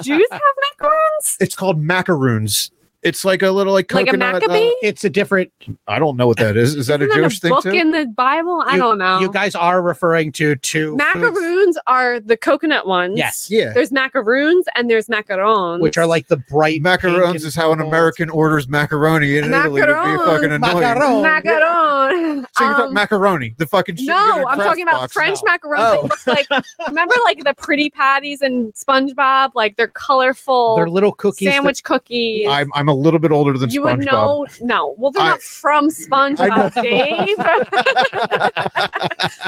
G: Jews have macarons?
E: It's called macaroons. It's like a little like
G: Like a
E: coconut. uh,
G: maccabee?
F: It's a different.
E: I don't know what that is. Is that a
G: Isn't
E: Jewish
G: that a
E: thing
G: book
E: too?
G: in the Bible? I don't know.
F: You guys are referring to two foods,
G: Um, macaroons are the coconut ones.
F: Yes.
E: yeah.
G: There's macaroons and there's macarons,
F: which are like the bright pink
E: Macarons
F: and
E: is how an
F: gold.
E: American orders macaroni in Italy to be
G: Macarons.
E: fucking annoying.
F: Macaron.
G: macaron.
E: So you're
G: Um,
E: talking macaroni, the fucking shit you get in
G: No,
E: a
G: I'm
E: craft
G: talking about
E: box.
G: French
F: now.
G: macarons. that
F: Oh.
G: look like remember, like the pretty patties and SpongeBob, like they're colorful
F: They're little cookies. that-
G: sandwich cookies.
E: I'm, I'm a little bit older than
G: you
E: SpongeBob.
G: would know. No, well, they're
E: I-
G: not from SpongeBob, Dave.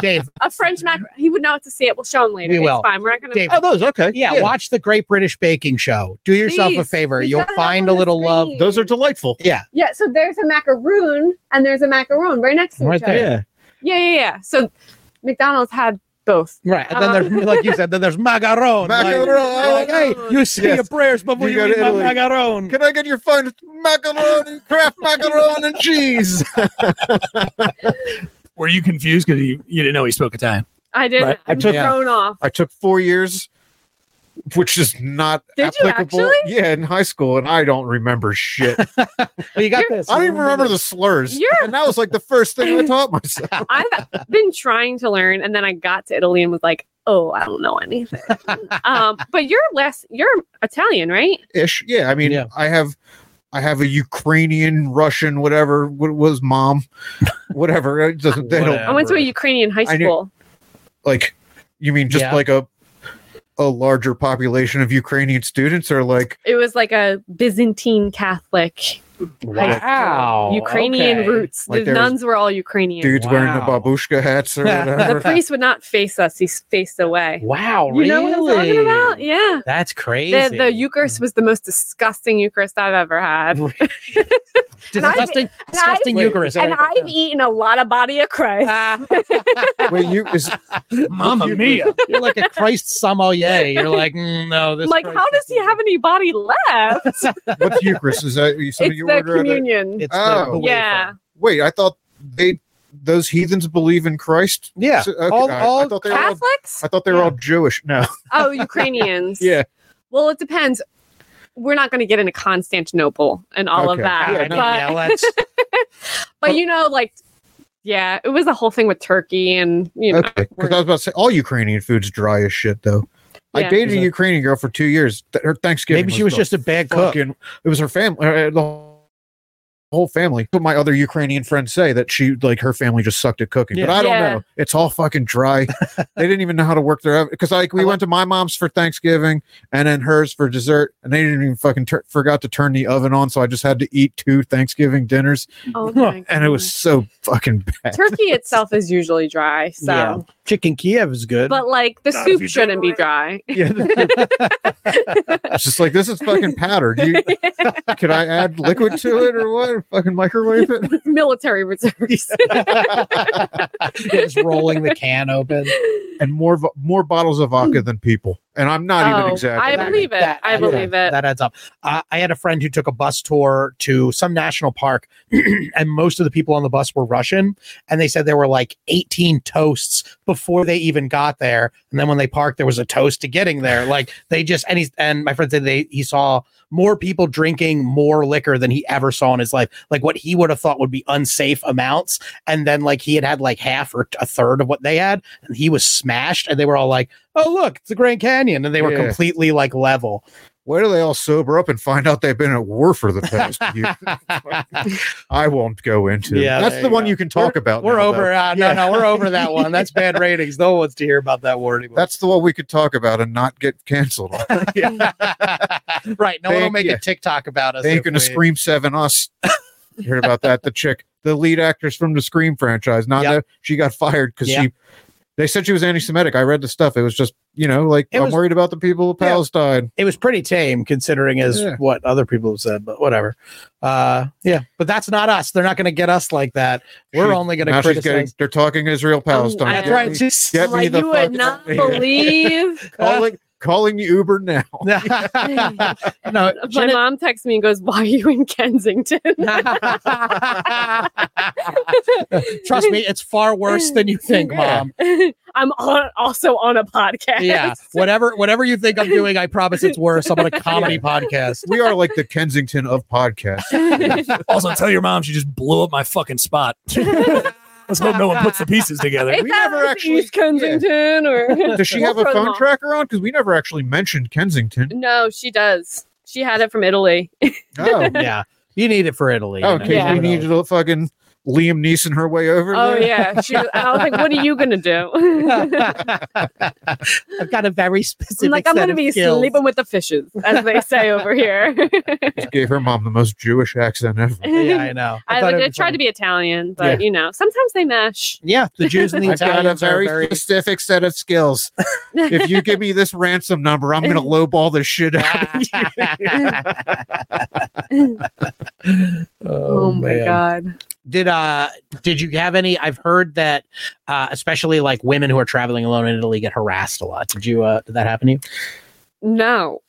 F: Dave,
G: a French macaron. He would know what to see it. We'll show him later.
F: We will.
G: It's fine. We're not gonna.
F: Dave,
E: Oh, those okay.
F: yeah, watch the Great British Baking Show. Do yourself a
G: Please,
F: favor.
G: he's
F: You'll
G: got it up
F: find
G: on
F: a
G: the
F: little love.
G: screen.
E: Those are delightful.
F: Yeah,
G: Yeah, so there's a macaroon and there's a macaron right next to
F: Right
G: each
F: there.
G: other.
C: Yeah.
G: Yeah, yeah, yeah. So McDonald's had both.
F: right. And then
G: Um,
F: there's, like you said, then there's macaron.
E: Macaron.
F: Like, like, hey, you say
E: Yes.
F: your prayers before
E: You go
F: you, eat
E: to
F: my
E: Italy.
F: macaron.
E: Can I get your fun macaroni, Kraft macaroni and cheese?
H: Were you confused because you, you didn't know he spoke Italian?
G: I didn't.
H: Right.
G: I'm
E: took-
G: thrown off.
E: I took four years, which is not
G: Did you
E: applicable.
G: actually?
E: Yeah, in high school, and I don't remember shit. I
F: Well, you got
G: You're-
F: this.
E: don't even remember the slurs,
G: You're-
E: and that was like the first thing I taught myself.
G: I've been trying to learn, and then I got to Italy and was like, "Oh, I don't know anything." um, but you're less. You're Italian, right?
E: Ish, yeah. I mean,
F: Yeah.
E: I have, I have a Ukrainian, Russian, whatever. What was mom? Whatever. It doesn't. They
F: Whatever.
E: don't
G: I went to a Ukrainian high
E: I knew-
G: school.
E: like. You mean just
F: Yeah.
E: like a, a larger population of Ukrainian students, or like
G: It was like a Byzantine Catholic,
F: Wow.
G: Ukrainian
F: okay.
G: roots.
E: Like
G: the
E: there was-
G: nuns were all Ukrainian.
E: dudes wearing the
F: Wow.
E: babushka hats or
G: The
E: whatever?
G: priest would not face us; he s- faced away.
F: Wow,
G: You
F: really?
G: know what I'm talking about? Yeah.
F: That's crazy.
G: The, the Eucharist was the most disgusting Eucharist I've ever had.
F: disgusting, disgusting
G: I've-
F: Eucharist.
G: and I've eaten a lot of body of Christ.
F: Ah,
E: Wait, you is
H: Mama mia.
F: You're like a Christ sommelier. You're like, mm, no, this.
G: like,
F: Christ
G: how does
F: is
G: he have any body left? it's
E: what's Eucharist? Is that something
G: the
E: you order? At a,
G: communion.
F: It's
E: Oh.
F: the, the wafer.
G: yeah.
E: wait, I thought they those heathens believe in Christ.
F: yeah.
E: So- okay,
F: all,
E: I- I
F: all
E: thought they were all,
G: Catholics?
E: I thought they were all Jewish. No,
G: Oh, Ukrainians.
E: Yeah.
G: Well, it depends. We're not going to get into Constantinople and all
E: Okay.
G: of that.
F: Yeah, no,
G: but,
F: yeah, let's-
G: but, you know, like, yeah, it was a whole thing with Turkey and, you know,
E: okay. Because I was about to say all Ukrainian food's dry as shit, though. I
G: Yeah.
E: dated a
F: Yeah.
E: Ukrainian girl for two years. Th- Her Thanksgiving.
F: maybe she was
E: the
F: just a bad cook.
E: fucking. It was her family. uh, The whole family. But my other Ukrainian friends say that she like her family just sucked at cooking. But
F: Yeah.
E: I don't
G: Yeah.
E: know. It's all fucking dry. they didn't even know how to work their because like we went to my mom's for Thanksgiving and then hers for dessert, and they didn't even fucking tur forgot to turn the oven on. So I just had to eat two Thanksgiving dinners,
G: oh my
E: and it was so fucking bad.
B: Hmm.
G: God. Turkey itself is usually dry. So,
F: Yeah. Chicken Kiev is good.
G: but like, the
B: Not if
G: soup
B: you do it
G: shouldn't be
B: right.
G: dry.
E: Yeah, it's just like this is fucking powdered. You, could I add liquid to it or what? Fucking microwave it.
G: Military reserves.
F: just rolling the can open.
E: and more vo- more bottles of vodka than people. And I'm not even
G: Oh,
E: exaggerating.
G: I believe it.
F: That
G: I
F: adds
G: believe
F: up.
G: it.
F: That adds up. Uh, I had a friend who took a bus tour to some national park, and most of the people on the bus were Russian. And they said there were like 18 toasts before they even got there. And then when they parked, there was a toast to getting there. Like they just and he's and my friend said they he saw more people drinking more liquor than he ever saw in his life. Like what he would have thought would be unsafe amounts. And then like he had had like half or t- a third of what they had, and he was smashed. And they were all like, "Oh look, it's the Grand Canyon," and they were
E: Yeah.
F: completely like level.
E: Why do they all sober up and find out they've been at war for the past year? I won't go into.
F: Yeah,
E: that's
F: there
E: the
F: you
E: one
F: go.
E: you can talk about.
F: We're
E: now,
F: over.
E: though.
F: Uh,
E: Yeah.
F: No, no, we're over that one. That's bad ratings. No one wants to hear about that war anymore.
E: That's the one we could talk about and not get canceled. on.
F: right. No one will
E: Thank
F: make
E: you.
F: a TikTok about us.
E: they ain't
F: if
E: gonna
F: we-
E: scream seven us. You heard about that? The chick, the lead actress from the Scream franchise. Not
F: Yep.
E: that she got fired because
F: Yeah.
E: she They said she was anti-Semitic. I read the stuff. It was just, you know, like
F: It
E: I'm
F: was-
E: worried about the people of
F: Yeah.
E: Palestine.
F: It was pretty tame considering as
E: Yeah.
F: what other people have said, but whatever. Uh, yeah, but that's not us. They're not going to get us like that. We're
E: She-
F: only going
E: now
F: to
E: she's getting.
F: criticize. Oh,
E: They're talking Israel Palestine.
G: I-
E: Get
F: That's right.
E: me-
F: Just
E: Get me
G: like
E: the
G: you would
E: fuck out
G: not
E: of here.
G: believe.
E: calling calling Uber now.
F: no,
G: My
F: Jenna-
G: mom texts me and goes, "Why are you in Kensington?"
F: Trust me, it's far worse than you think, mom.
G: I'm on, also on a podcast.
F: Yeah, whatever whatever you think I'm doing, I promise it's worse. I'm on a comedy podcast.
E: We are like the Kensington of podcasts.
H: Also, tell your mom she just blew up my fucking spot. Let's hope no one puts the pieces together.
G: Is
E: We
G: that
E: never
G: like the
E: actually-
G: East Kensington or
E: Does she have a
G: We'll throw them
E: phone
G: all.
E: tracker on? Because we never actually mentioned Kensington.
G: No, she does. She had it from Italy.
E: Oh,
F: Yeah, you need it for Italy.
E: oh
F: you
E: in
F: know.
E: case
G: Yeah.
E: we needed to fucking Liam Neeson her way over.
G: Oh
E: there.
G: yeah, she. Was, I was like, "What are you gonna do?"
F: I've got a very specific.
G: I'm like, "I'm
F: set
G: gonna
F: of
G: be
F: skills.
G: sleeping with the fishes," as they say over here.
E: Just gave her mom the most Jewish accent ever.
F: Yeah, I know.
G: I,
F: thought
G: like,
F: it
G: I
F: was
G: tried
F: funny.
G: to be Italian, but you know, sometimes they mesh.
F: Yeah, the Jews and the
E: I've got a
F: Italians
E: very,
F: are very.
E: specific set of skills. if you give me this ransom number, I'm gonna lowball the shit out. of you.
G: Oh, my
F: man.
G: god.
F: Did uh did you have any? I've heard that uh especially like women who are traveling alone in Italy get harassed a lot. Did you uh did that happen to you?
G: No,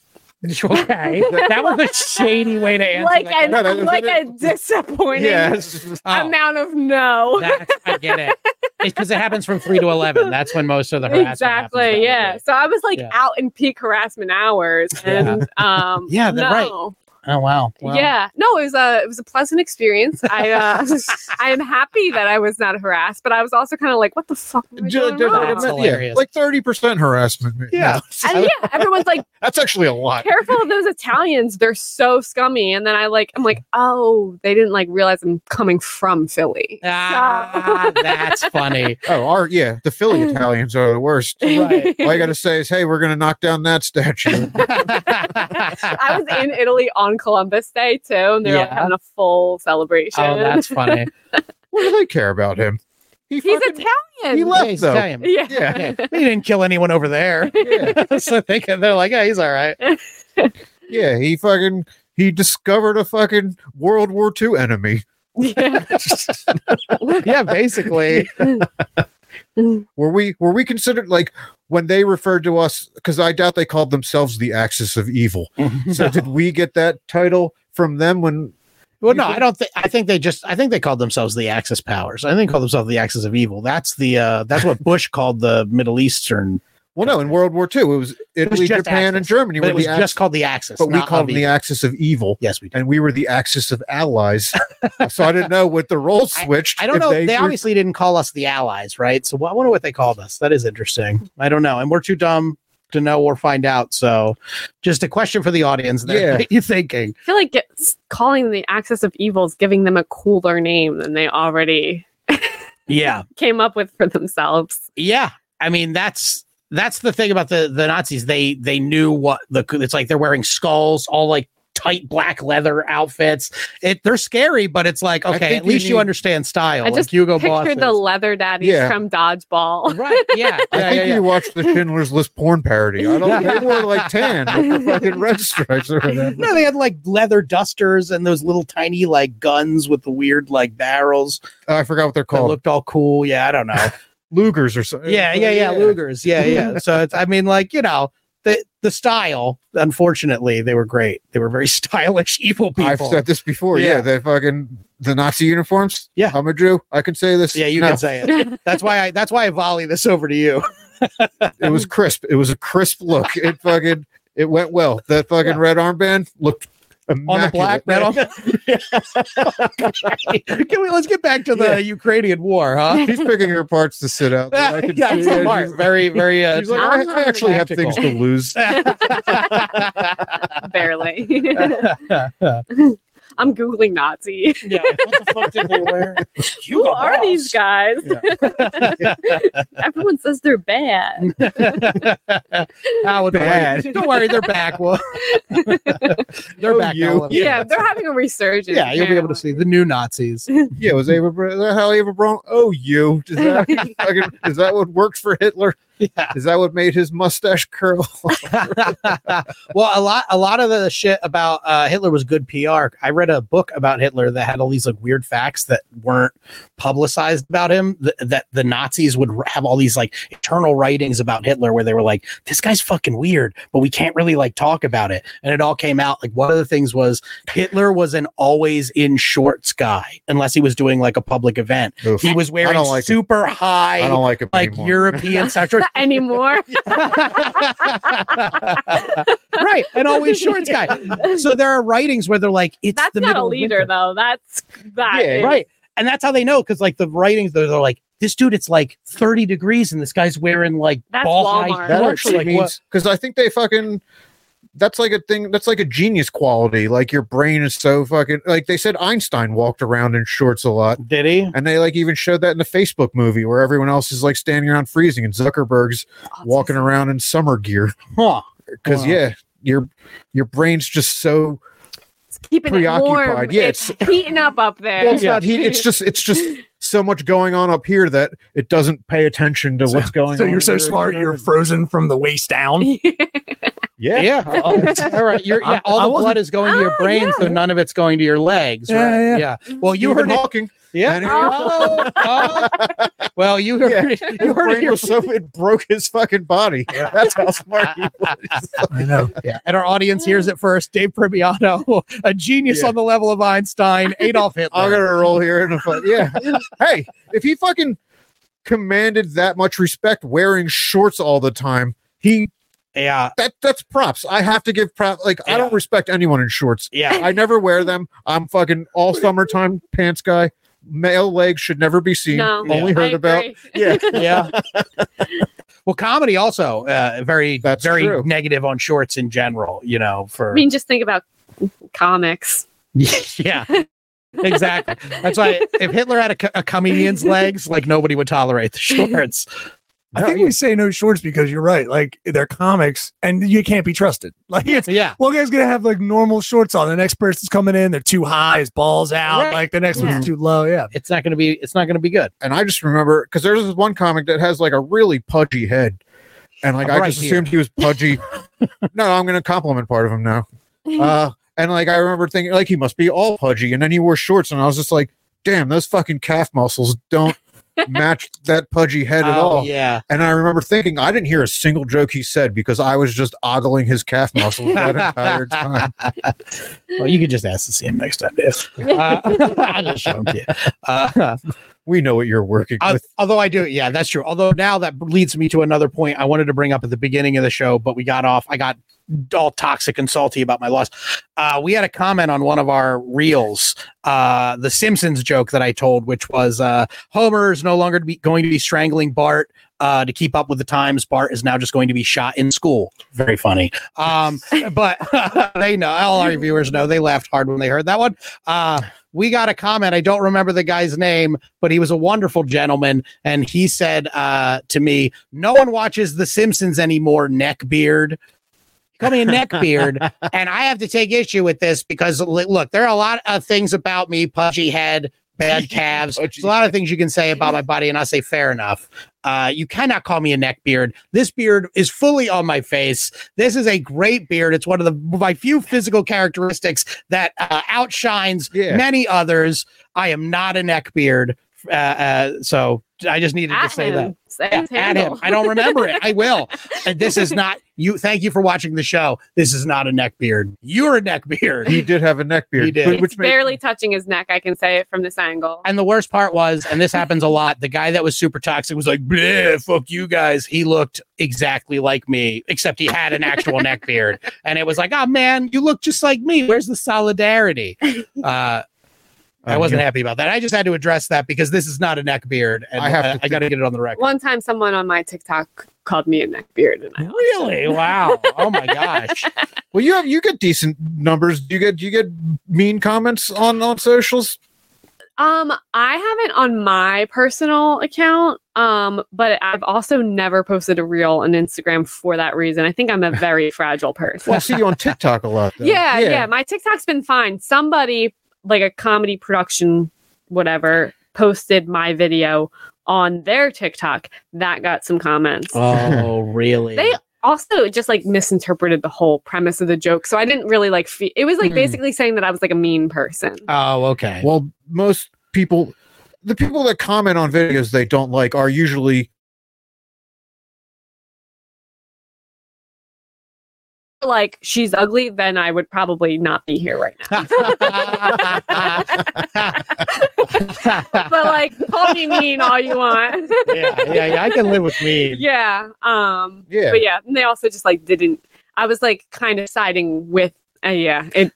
F: Okay, that was a shady way to answer.
G: like
F: that.
G: an,
E: No, that-
G: like a disappointing
F: Oh.
G: amount of no.
F: That's, I get it. It's because it happens from three to eleven. That's when most of the harassment happens,
G: exactly. Yeah.
F: probably.
G: So I was like
F: Yeah.
G: out in peak harassment hours, and um,
F: Yeah,
G: no.
F: that- right. Oh wow. Wow.
G: Yeah, no, it was a it was a pleasant experience. I uh, I am happy that I was not harassed, but I was also kind of like, what the fuck? am I
E: Ju-
G: doing
E: ju-
G: wrong?
F: That's
E: yeah,
F: hilarious.
E: like thirty percent harassment.
F: Yeah.
G: And yeah, everyone's like,
E: that's actually a lot.
G: careful of those Italians. They're so scummy. And then I like, I'm like, oh, they didn't like realize I'm coming from Philly.
F: Ah, that's funny.
E: Oh, our yeah, the Philly Italians are the worst.
F: Right.
E: All I gotta say is, hey, we're gonna knock down that statue.
G: I was in Italy on Columbus Day too, and they were like,
F: Yeah.
G: having a full celebration.
F: Oh, that's funny.
E: what do they care about him? He
G: He's
E: fucking-
G: Italian.
E: he left
F: He's
E: though.
F: Italian.
G: yeah.
E: Yeah.
F: Yeah, They didn't kill anyone over there. so they can, they're like, yeah, he's all right.
E: Yeah, he fucking he discovered a fucking World War II enemy.
G: Yeah.
F: Yeah, basically.
E: Were we were we considered like when they referred to us because I doubt they called themselves the Axis of Evil. So did we get that title from them when
F: Well, no, I don't think. I think they just. I think they called themselves the Axis powers. I think they called themselves the Axis of evil. That's the. uh That's what Bush called the Middle Eastern.
E: well no in World War II it was
F: was
E: Italy,
F: just
E: Japan, and
F: Axis,
E: Germany
F: But
E: were
F: it was
E: the Axis,
F: just called the Axis.
E: but we
F: not
E: called
F: of
E: them the
F: evil.
E: Axis of Evil
F: Yes, we did.
E: and we were the Axis of Allies. so I didn't know what the role switched.
F: I don't
E: if
F: know. They,
E: were-
F: obviously didn't call us the Allies, right? So I wonder what they called us. That is interesting. I don't know, and we're too dumb to know or find out. So, just a question for the audience. There.
E: Yeah.
F: What you thinking?
G: I feel like it's calling the Axis of Evil is giving them a cooler name than they already
F: Yeah,
G: came up with for themselves.
F: yeah. I mean, that's that's the thing about the the Nazis. They they knew what the it's like. They're wearing skulls, all like tight black leather outfits. It they're scary, but it's like
E: I
F: okay,
E: think
F: at
E: you
F: least you
E: need-
F: understand style.
G: I
F: like
G: just
F: Hugo Boss.
G: Picture the
F: is.
G: leather daddies
E: Yeah.
G: from Dodgeball.
F: right. Yeah.
E: I
F: yeah,
E: think
F: yeah, yeah.
E: you watched the Schindler's List porn parody. I don't. They wore like tan, with the fucking red stripes or whatever.
F: No, they had like leather dusters and those little tiny like guns with the weird like barrels
E: I forgot what they're
F: that
E: called.
F: looked all cool. Yeah, I don't know.
E: Lugers or uh, something.
F: yeah, yeah, yeah, Lugers. Yeah, yeah. so it's, I mean, like you know, the the style. Unfortunately, they were great. They were very stylish, evil people.
E: I've said this before. Yeah,
F: Yeah.
E: the fucking the Nazi uniforms.
F: Yeah.
E: I'm a Jew. I can say this.
F: yeah, you
E: No,
F: can say it. That's why I. That's why I volley this over to you.
E: It was crisp. It was a crisp look. It fucking it went well. That fucking
F: Yeah.
E: red armband looked
F: on the
E: immaculate.
F: black metal. Can we let's get back to the
E: Yeah.
F: Ukrainian war, huh?
E: She's picking her parts to sit out. there. I can
F: Yeah,
E: see
F: it's
E: that.
F: smart.
E: She's-
F: Very, very. Uh,
E: she's like, I, I actually have things to lose.
G: Barely.
F: yeah,
G: I'm Googling Nazi.
F: Yeah. What the fuck did they wear?
G: Who are these guys? Everyone says they're bad.
F: oh,
E: Bad.
F: Don't worry, they're back. Well, they're
E: Oh,
F: back.
E: you.
F: now.
G: Yeah, they're having a resurgence.
F: yeah, you'll be able to see the new Nazis.
E: Yeah, was Ava Bra- the hell Ava Braun? Oh, you. Is that, fucking- is that what worked for Hitler?
F: Yeah.
E: Is that what made his mustache curl?
F: well, a lot, a lot of the shit about uh, Hitler was good PR. I read a book about Hitler that had all these like weird facts that weren't publicized about him. That, that the Nazis would r- have all these like internal writings about Hitler where they were like, "This guy's fucking weird," but we can't really like talk about it. And it all came out like one of the things was Hitler was an always in shorts guy unless he was doing like a public event.
E: Oof.
F: He was wearing
E: don't like it.
F: super
E: I
F: high
E: don't like it
F: like
E: anymore.
F: European style shorts.
G: anymore.
F: right, and always shorts guy. So there are writings where they're like, it's
G: That's
F: the
G: not a
F: middle of
G: leader
F: winter.
G: though. That's that.
E: Yeah,
G: is-
F: right? And that's how they know because like the writings, they're, they're like, this dude, it's like 30 degrees, and this guy's wearing like
G: That's
F: ball
G: Walmart.
F: high.
E: that
F: shorts.
E: actually
F: Like, what-
E: means because I think they fucking that's like a thing that's like a genius quality. Like your brain is so fucking like they said Einstein walked around in shorts a lot.
F: Did he?
E: And they like even showed that in the Facebook movie where everyone else is like standing around freezing and Zuckerberg's walking around in summer gear.
F: Huh.
E: Because
F: Wow.
E: yeah, your your brain's just so
G: It's keeping it warm.
E: preoccupied. Yeah,
G: it's, heating up up there.
E: well, it's not heat. It's just it's just so much going on up here that it doesn't pay attention to what's going
H: So
E: on.
H: you're so
E: over
H: smart,
E: there.
H: you're frozen from the waist down.
E: yeah.
F: Yeah. all right. You're, yeah,
H: I-
F: all
H: I
F: the
H: wasn't-
F: blood is going to your
G: Ah,
F: brain,
G: yeah.
F: so none of it's going to your legs.
H: Yeah,
F: right?
H: yeah.
F: Well, you
E: Stephen
F: heard it.
E: Hawking.
F: Yeah.
E: And it-
F: Oh, oh. Well, you heard
E: Yeah.
F: it.
E: His
F: You heard it
E: brain
F: here
E: was so it broke his fucking body. That's how smart he was.
H: I know.
F: Yeah. And our audience hears it first. Dave Primiano, a genius
E: Yeah.
F: on the level of Einstein, Adolf
E: I'm
F: Hitler.
E: gonna roll here in a fight. Yeah. hey, if he fucking commanded that much respect wearing shorts all the time, he
F: Yeah.
E: that that's props. I have to give prop like I don't respect anyone in shorts.
F: Yeah.
E: I never wear them. I'm fucking all summertime pants guy. Male legs should never be seen.
G: No.
E: Only
G: I
E: heard about.
G: agree.
E: Yeah.
F: Yeah. well, comedy also uh, very,
E: That's
F: very
E: true.
F: negative on shorts in general, you know, for.
G: I mean, just think about comics.
F: yeah. Exactly. That's why if Hitler had a, co- a comedian's legs, like nobody would tolerate the shorts.
H: I think we say no shorts because you're right. Like they're comics and you can't be trusted. Like it's
F: Yeah.
H: one guy's gonna have like normal shorts on. The next person's coming in, they're too high, his balls out.
F: Right.
H: Like the next
G: Yeah.
H: one's too low. Yeah.
F: It's not going to be, it's not going to be good.
E: and I just remember because there's this one comic that has like a really pudgy head, and like I
F: Right
E: just
F: here.
E: assumed he was pudgy. no, I'm gonna compliment part of him now. Uh, and like I remember thinking like he must be all pudgy, and then he wore shorts, and I was just like, damn, those fucking calf muscles don't match that pudgy head at all.
F: Oh, yeah.
E: And I remember thinking I didn't hear a single joke he said because I was just ogling his calf muscles that entire time.
F: Well, you could just ask to see him next time, Dave. Uh, I just showed you. Uh,
E: We know what you're working
F: al-
E: with.
F: although I do, yeah, that's true. Although now that leads me to another point I wanted to bring up at the beginning of the show, but we got off. I got all toxic and salty about my loss. Uh, we had a comment on one of our reels, uh, the Simpsons joke that I told, which was uh, Homer is no longer to be, going to be strangling Bart. Uh, to keep up with the times, Bart is now just going to be shot in school. Very funny. Um, but they know, all our viewers know, they laughed hard when they heard that one. Uh, we got a comment. I don't remember the guy's name, but he was a wonderful gentleman. And he said uh, to me, No one watches The Simpsons anymore, neckbeard. He called me a neckbeard. and I have to take issue with this because, li- look, there are a lot of things about me pudgy head, bad calves. There's a lot of things you can say about my body. And I say, Fair enough. Uh, you cannot call me a neckbeard. This beard is fully on my face. This is a great beard. It's one of the my few physical characteristics that uh, outshines
E: Yeah.
F: many others. I am not a neckbeard. Uh, uh, so I just needed to
G: At
F: say that.
G: him. Say
F: Yeah,
G: his
F: at him.
G: handle.
F: I don't remember it. I will. And this is not you. Thank you for watching the show. This is not a neck beard. You're a neck beard.
E: He did have a neck beard,
F: He did.
E: but-
G: It's
E: which made-
G: barely touching his neck. I can say it from this angle.
F: And the worst part was, and this happens a lot, the guy that was super toxic was like, "Bleh, fuck you guys. He looked exactly like me, except he had an actual neck beard. And it was like, oh man, you look just like me. Where's the solidarity? Uh, I
E: Um,
F: wasn't happy about that. I just had to address that because this is not a neck beard. And
E: I
F: I,
E: have to
F: I got to get it on the record.
G: One time, someone on my TikTok called me a neckbeard. And I
F: Really? Wow. Oh my gosh.
E: Well, you have you get decent numbers. You get you get mean comments on on socials.
G: Um, I haven't on my personal account. Um, but I've also never posted a reel on Instagram for that reason. I think I'm a very fragile person.
E: Well, I see you on TikTok a lot. though.
G: yeah, yeah, My TikTok's been fine. Somebody, like a comedy production, whatever, posted my video on their TikTok. That got some comments.
F: Oh, really?
G: They also just like misinterpreted the whole premise of the joke. So I didn't really like feel it was like
E: Hmm.
G: basically saying that I was like a mean person.
F: oh, okay.
E: Well, most people, the people that comment on videos they don't like are usually
G: Like she's ugly, then I would probably not be here right now.
F: yeah,
G: But like call me mean all you want.
F: yeah, yeah. I can live with me.
G: yeah. Um
E: yeah.
G: but yeah, and they also just like didn't I was like kind of siding with uh, yeah, it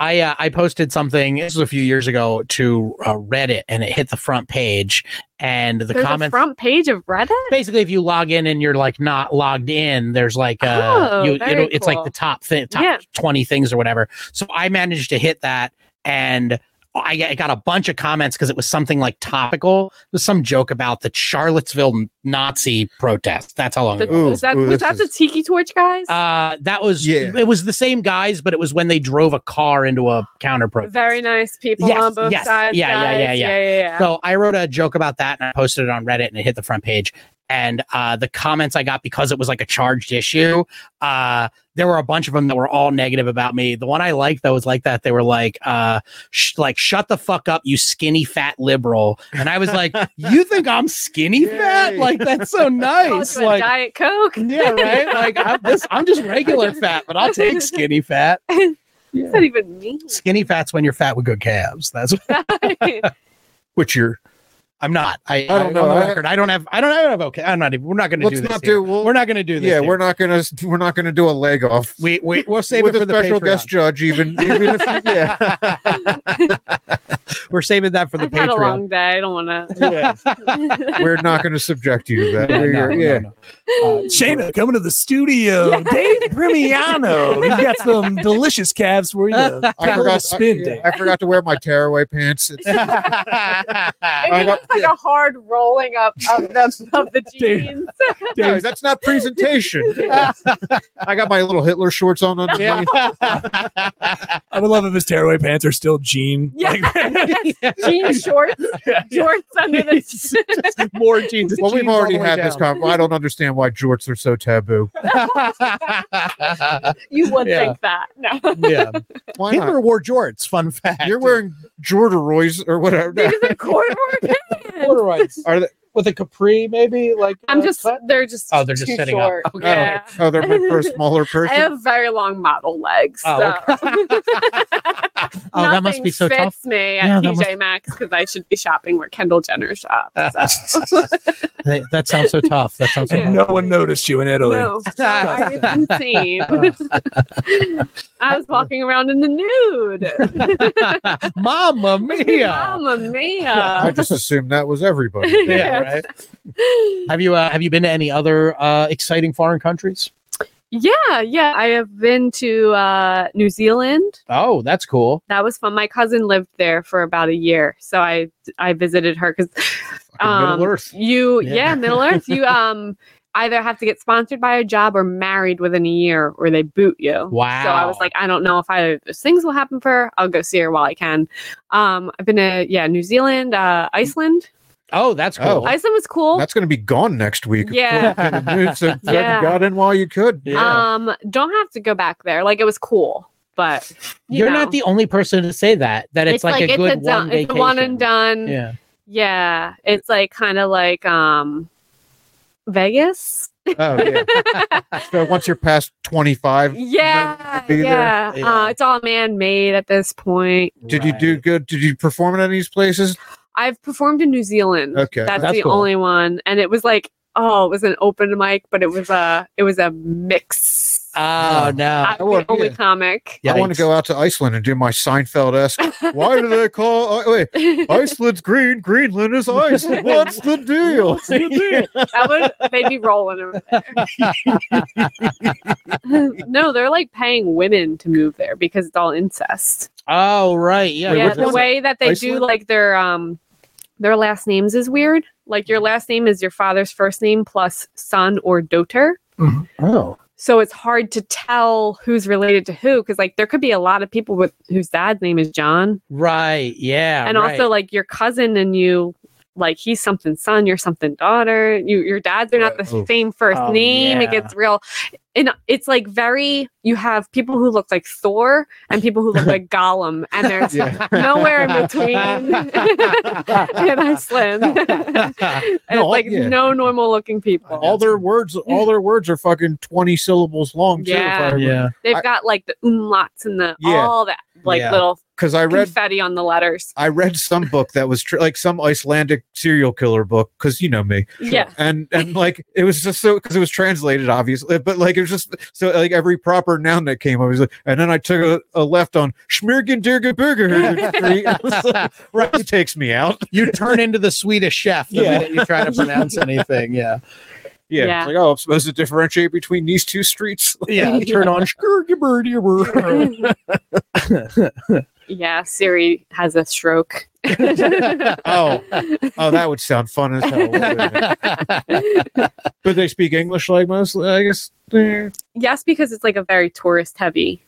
F: I uh, I posted something. This was a few years ago to uh, Reddit, and it hit the front page, and the
G: there's
F: comments.
G: a front page of Reddit.
F: basically, if you log in and you're like not logged in, there's like uh,
G: Oh,
F: you,
G: very
F: it'll- it's like
G: cool.
F: the top thing, top
G: Yeah.
F: twenty things or whatever. So I managed to hit that, and I, got- I got a bunch of comments because it was something like topical. It was some joke about the Charlottesville Nazi protest. That's how long
G: The,
F: ago.
E: Ooh,
G: was that
E: ooh,
G: was
E: this
G: that the
E: is-
G: Tiki Torch guys?
F: Uh, that was
E: Yeah.
F: it was the same guys, but it was when they drove a car into a counter protest.
G: Very nice people
F: Yes,
G: on both
F: yes,
G: sides.
F: yeah, yeah, yeah,
G: guys.
F: yeah.
G: yeah, yeah.
F: So I wrote a joke about that and I posted it on Reddit and it hit the front page. And uh, the comments I got because it was like a charged issue, uh, there were a bunch of them that were all negative about me. The one I liked though was like that. They were like, uh, sh- like shut the fuck up, you skinny fat liberal. And I was like, you think I'm skinny fat?
E: Yay.
F: Like that's so
G: Called
F: nice.
G: you a
F: Like
G: Diet Coke.
F: yeah, right. Like I'm this, I'm just regular fat, but I'll take skinny fat.
G: What's that even mean?
F: Skinny fat's when you're fat with good calves. That's
E: which you're.
F: I'm not. I, I
E: don't
F: on
E: know.
F: the
E: I-
F: record, I don't have. I don't have. Okay, I'm not. Even, we're not going to
E: Let's
F: do this.
E: not
F: here.
E: do. We'll,
F: we're not going to do this.
E: yeah,
F: here.
E: we're not gonna. We're not gonna do a leg off.
F: We we we'll save
E: with
F: it for
E: a
F: the
E: special
F: Patreon.
E: guest judge, even, even if, yeah.
F: We're saving that for the
G: I've had a
F: Patreon.
G: long day. I don't want to.
E: We're not going to subject you to that.
F: No,
E: We're-
F: no,
E: yeah.
F: no, no. Uh,
H: Shayna coming to the studio.
G: Yeah.
H: Dave Primiano. He's got some delicious calves for you.
E: I forgot.
H: spin
E: I,
H: day.
E: I forgot to wear my tearaway pants. It's- I
G: It
E: got-
G: looks like a hard rolling up of the, of the
H: Dude.
G: jeans.
E: no, that's not presentation. I got my little Hitler shorts on
F: yeah.
E: underneath.
H: I would love if his tearaway pants are still jean.
G: Yeah. Jean shorts, shorts under the.
F: More jeans.
E: Well, we've
F: Jeans all
E: already
F: the way
E: had this
F: down.
E: conversation. I don't understand why jorts are so taboo.
F: Uh,
G: you would
F: Yeah.
G: think that. No.
F: yeah,
E: Why not?
F: Hitler wore jorts. Fun fact.
E: You're wearing jorderoys or whatever.
G: These are corduroy pants.
F: corduroys
E: Are they,
F: with a capri, maybe like.
G: I'm
F: uh,
G: just.
F: cut?
G: They're just.
F: Oh, they're just
G: too
F: sitting up.
G: short.
F: Okay.
G: Yeah.
E: oh, they're meant for a smaller
G: I
E: person.
G: have very long model legs.
F: Oh,
G: so.
F: Oh, that must be so
G: fits
F: tough.
G: me
F: Yeah,
G: at
F: that
G: TJ Maxx because I should be shopping where Kendall Jenner shops.
F: that, that sounds so tough. That sounds so
H: And
F: tough.
H: no one noticed you in Italy.
G: No, sorry, it's insane.
F: Oh.
G: I was walking around in the nude.
F: Mamma mia.
G: Mamma
E: I
G: mia.
E: just assumed that was everybody.
F: Yeah, right. Have you uh, have you been to any other uh, exciting foreign countries?
G: Yeah, yeah. I have been to uh, New Zealand.
F: Oh, that's cool.
G: That was fun. My cousin lived there for about a year, so I I visited her because
E: Fucking
G: um,
E: Middle Earth.
G: You
F: Yeah.
G: yeah. Middle Earth. You um either have to get sponsored by a job or married within a year or they boot you. So I
F: Wow.
G: was like, I don't know if either of those things will happen for her. I'll go see her while I can. Um I've been to yeah, New Zealand, uh Iceland.
F: Oh, that's
E: Oh.
F: cool.
G: Iceland was cool.
E: That's going to be gone next week.
G: Yeah.
E: so you
G: Yeah.
E: got in while you could.
G: Um don't have to go back there. Like it was cool, but you
F: You're
G: know.
F: not the only person to say that. That it's, like, a good
G: do-
F: one
G: it's a one and
F: vacation.
G: done.
F: Yeah.
G: yeah. It's like kind of like um Vegas.
E: Oh, yeah. so once you're past 25,
G: yeah,
E: be there.
G: yeah.
F: Yeah.
G: Uh, it's all man made at this point.
E: did you do
F: Right.
E: good? Did you perform in any of these places?
G: I've performed in New Zealand.
E: Okay.
G: that's,
F: That's
G: the
F: cool.
G: only one, and it was like, oh, it was an open mic, but it was a it was a mix.
F: Oh no.
G: I'm
E: want-
G: the only
E: yeah.
G: comic.
E: I want to go out to Iceland and do my Seinfeld esque. Why do they call I- wait, Iceland's green, Greenland is ice. What's the deal?
G: that would they'd be rolling over there. no, they're like paying women to move there because it's all incest.
F: Oh right, yeah.
G: yeah,
E: what's
G: the
E: that?
G: way that they
E: Iceland?
G: do like their um their last names is weird. Like your last name is your father's first name plus son or daughter.
F: Oh.
G: So it's hard to tell who's related to who because like there could be a lot of people with whose dad's name is John,
F: Right, yeah.
G: and also like your cousin and you. Like he's something son, you're something daughter. You, your dads are not the
E: Oh.
G: same first
F: Oh,
G: name. It
F: yeah.
G: gets real, and it's like very. You have people who look like Thor and people who look like Gollum, and there's
E: Yeah.
G: nowhere in between in Iceland. and
E: No,
G: it's like
E: yeah.
G: no normal looking people.
E: All their words all their words are fucking twenty syllables long too.
G: Yeah.
F: yeah.
G: They've
E: I-
G: got like the umlauts and the
E: Yeah.
G: all that like
F: Yeah.
G: little
E: Because I read
G: confetti on the letters.
E: I read some book that was tr- like some Icelandic serial killer book because you know me,
G: Yeah.
E: and and like it was just so because it was translated obviously, but like it was just so like every proper noun that came up was like, and then I took a, a left on Schmirgendirgeburger Street. I was like, right, this takes me out.
F: You turn into the Swedish chef the
E: Yeah.
F: minute you try to pronounce anything. Yeah.
E: Yeah,
G: Yeah.
E: It's like oh, I'm supposed to differentiate between these two streets.
F: Yeah. Turn on Skurgibur.
G: yeah, Siri has a stroke.
E: oh, oh, that would sound fun as hell. wouldn't it? but they speak English like mostly, I guess. eh.
G: yes, because it's like a very tourist heavy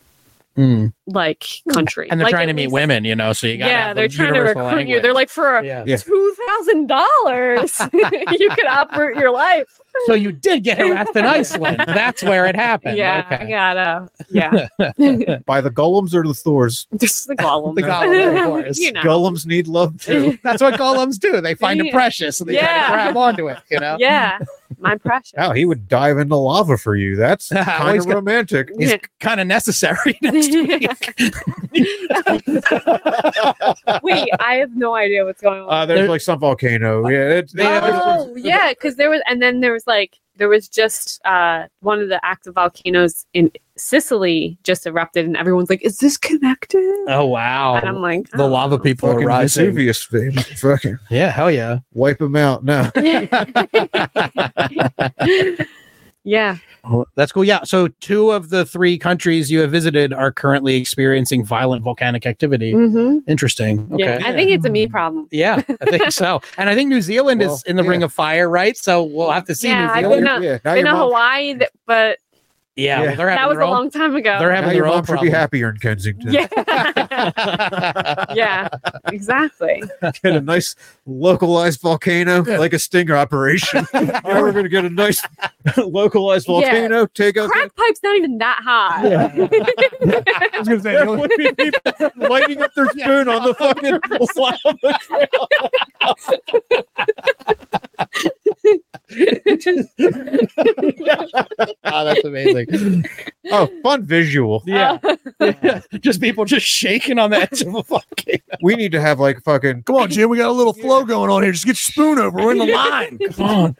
F: Mm.
G: like country.
F: Hmm. And they're
G: Like,
F: trying
G: at
F: to meet
G: least-
F: women, you know, so you gotta
G: Yeah,
F: have
G: they're
F: the
G: trying to recruit
F: universal
G: you. They're
F: language.
G: like for
F: yeah.
E: Yeah.
G: two thousand dollars you could uproot your life.
F: So you did get harassed in Iceland. That's where it happened.
G: Yeah, I
F: Okay.
G: gotta. Yeah,
E: By the golems or the Thors?
G: just the golem.
F: The golem, of course.
G: you know.
E: Golems need love too.
F: That's what golems do. They find it
G: Yeah.
F: precious and they try
G: Yeah.
F: to grab onto it, you know?
G: Yeah, my precious.
E: Wow, he would dive into lava for you. That's
F: Well,
E: kind
F: he's
E: of
F: got-
E: romantic.
F: It's kind of necessary.
G: Wait, I have no idea what's going on.
E: Uh, there's
F: There-
E: like some volcano. Yeah, it, they,
G: oh, yeah, because there was, and then there was like there was just uh, one of the active volcanoes in Sicily just erupted, and everyone's like, "Is this connected?"
F: oh,
G: and I'm
F: wow.
G: like, "Oh."
F: The lava people are
E: fucking
F: rising.
E: Vesuvius fame. Fucking
F: Yeah, hell yeah.
E: wipe him out now.
G: yeah,
F: Well, Oh, That's cool. Yeah. So, two of the three countries you have visited are currently experiencing violent volcanic activity.
G: hmm
F: Interesting. Okay.
G: yeah. I think it's a me problem.
F: Yeah, I think so. And I think New Zealand
E: Well,
F: is in the
E: yeah.
F: Ring of Fire, right? So we'll have to see
G: Yeah,
F: New
G: I've
F: Zealand.
G: been up-
E: yeah, now
G: Been
E: your
G: to
E: mom,
G: Hawaii, th- but
F: yeah,
E: Yeah.
F: well, they're having
G: that was
F: their
G: a
F: own.
G: long time ago.
F: they're
E: now
F: having
E: your
F: their own
E: mom should be
F: problem.
E: happier in Kensington.
G: yeah, yeah, exactly.
E: Get a nice localized volcano, like a stinger operation. All right, we're gonna get a nice localized
G: Yeah.
E: volcano. Take out.
G: Crack pipe's not even that high.
H: I was gonna say,
E: There
H: the only-
E: would be people lighting up their spoon on the fucking lava.
F: Oh, that's amazing.
E: Oh, fun visual.
G: uh,
F: yeah. just people just shaking on the edge of a fucking.
E: We need to have like fucking.
H: come on, Jim, we got a little flow going on here. Just get your spoon over. We're in the line. Come on.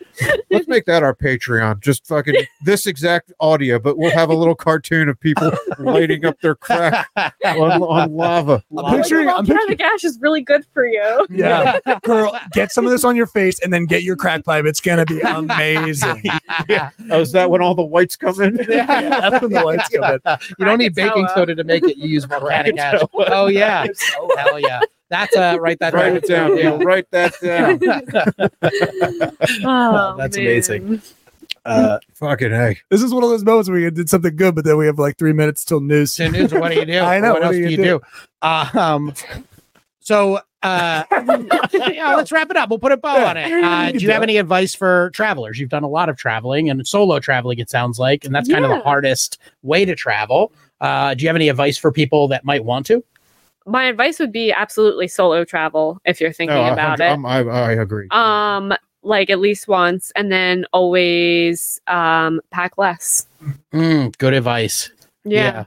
E: Let's make that our Patreon. Just fucking this exact audio, but we'll have a little cartoon of people lighting up their crack on, on lava.
H: I'm picturing, I'm
G: I'm
H: picturing,
G: sure the gash is really good for you.
H: yeah, girl, get some of this on your face and then get your crack pipe. It's gonna be amazing.
E: Oh, is that when all the whites come in?
H: That's when the lights go out.
F: You don't need baking
G: Krakatoa.
F: soda to make it. You use volcanic ash. Oh yeah. Hell yeah. That's uh write that
E: Write it down.
F: Yeah.
E: Neil. Write that down.
G: Oh,
F: that's
G: man.
F: amazing. Uh,
E: fucking hey.
H: This is one of those moments where you did something good, but then we have like three minutes till news.
F: so news, what do you do?
H: I know,
F: What, else do you do? Uh, um. So. Uh, yeah, let's wrap it up. We'll put a bow on it. Uh, do you have any advice for travelers? You've done a lot of traveling and solo traveling, it sounds like, and that's kind of the
G: Yeah.
F: hardest way to travel. Uh, do you have any advice for people that might want to?
G: My advice would be absolutely solo travel if you're thinking
E: No, I-
G: about it.
E: I'm- I, I agree.
G: Um, like at least once, and then always um pack less.
F: Mm, good advice.
G: Yeah,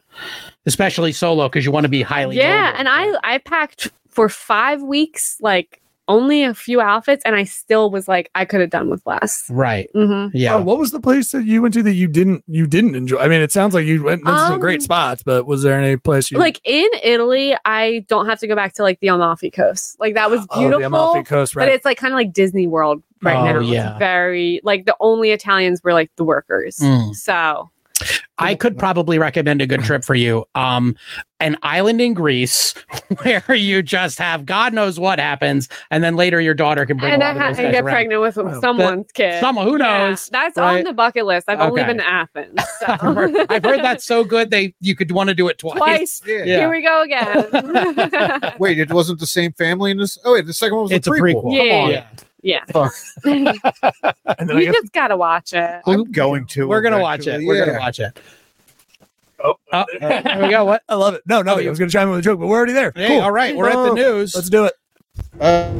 F: Especially solo because you want to be
G: yeah.
F: highly. mobile.
G: and I I packed for five weeks, like only a few outfits, and I still was like, I could have done with less.
F: Right.
G: hmm
F: Yeah.
H: Oh, what was the place that you went to that you didn't you didn't enjoy? I mean, it sounds like you went went to some
G: Um,
H: great spots, but was there any place you
G: Like in Italy, I don't have to go back to like the Amalfi Coast. Like that was
H: Oh, the
G: beautiful,
H: Amalfi Coast,
G: but
H: right?
G: it's like kind of like Disney World right
F: Oh,
G: now. It's
F: yeah.
G: very like the only Italians were like the workers.
F: Mm.
G: So
F: I could probably recommend a good trip for you. Um, an island in Greece where you just have God knows what happens, and then later your daughter can bring
G: and
F: a
G: I,
F: lot
G: ha-
F: of those
G: I
F: guys
G: get
F: around.
G: pregnant with
H: Wow.
G: someone's kid.
F: Someone who
G: Yeah,
F: knows.
G: that's
F: right?
G: on the bucket list. I've only
F: Okay.
G: been to Athens. So.
F: I've, heard, I've heard that's so good they you could want to do it twice.
G: twice.
E: Yeah.
F: Yeah.
G: Here we go again.
E: Wait, it wasn't the same family in this. Oh wait, the second one was
F: It's
E: a
F: a
E: prequel.
F: prequel.
G: Yeah.
F: Come on.
G: Yeah. yeah,
E: Fuck.
H: and then I
G: you
H: guess
G: just gotta watch it.
E: I'm going to.
F: We're gonna watch it.
E: eventually,
F: We're
E: yeah.
F: gonna watch it.
H: Oh.
F: Oh, here we go. What?
H: I love it. No, no, I was gonna chime in with a joke, but we're already there.
F: Hey,
H: cool.
F: All right, we're at the
H: Oh,
F: news.
H: Let's do it.
E: Uh,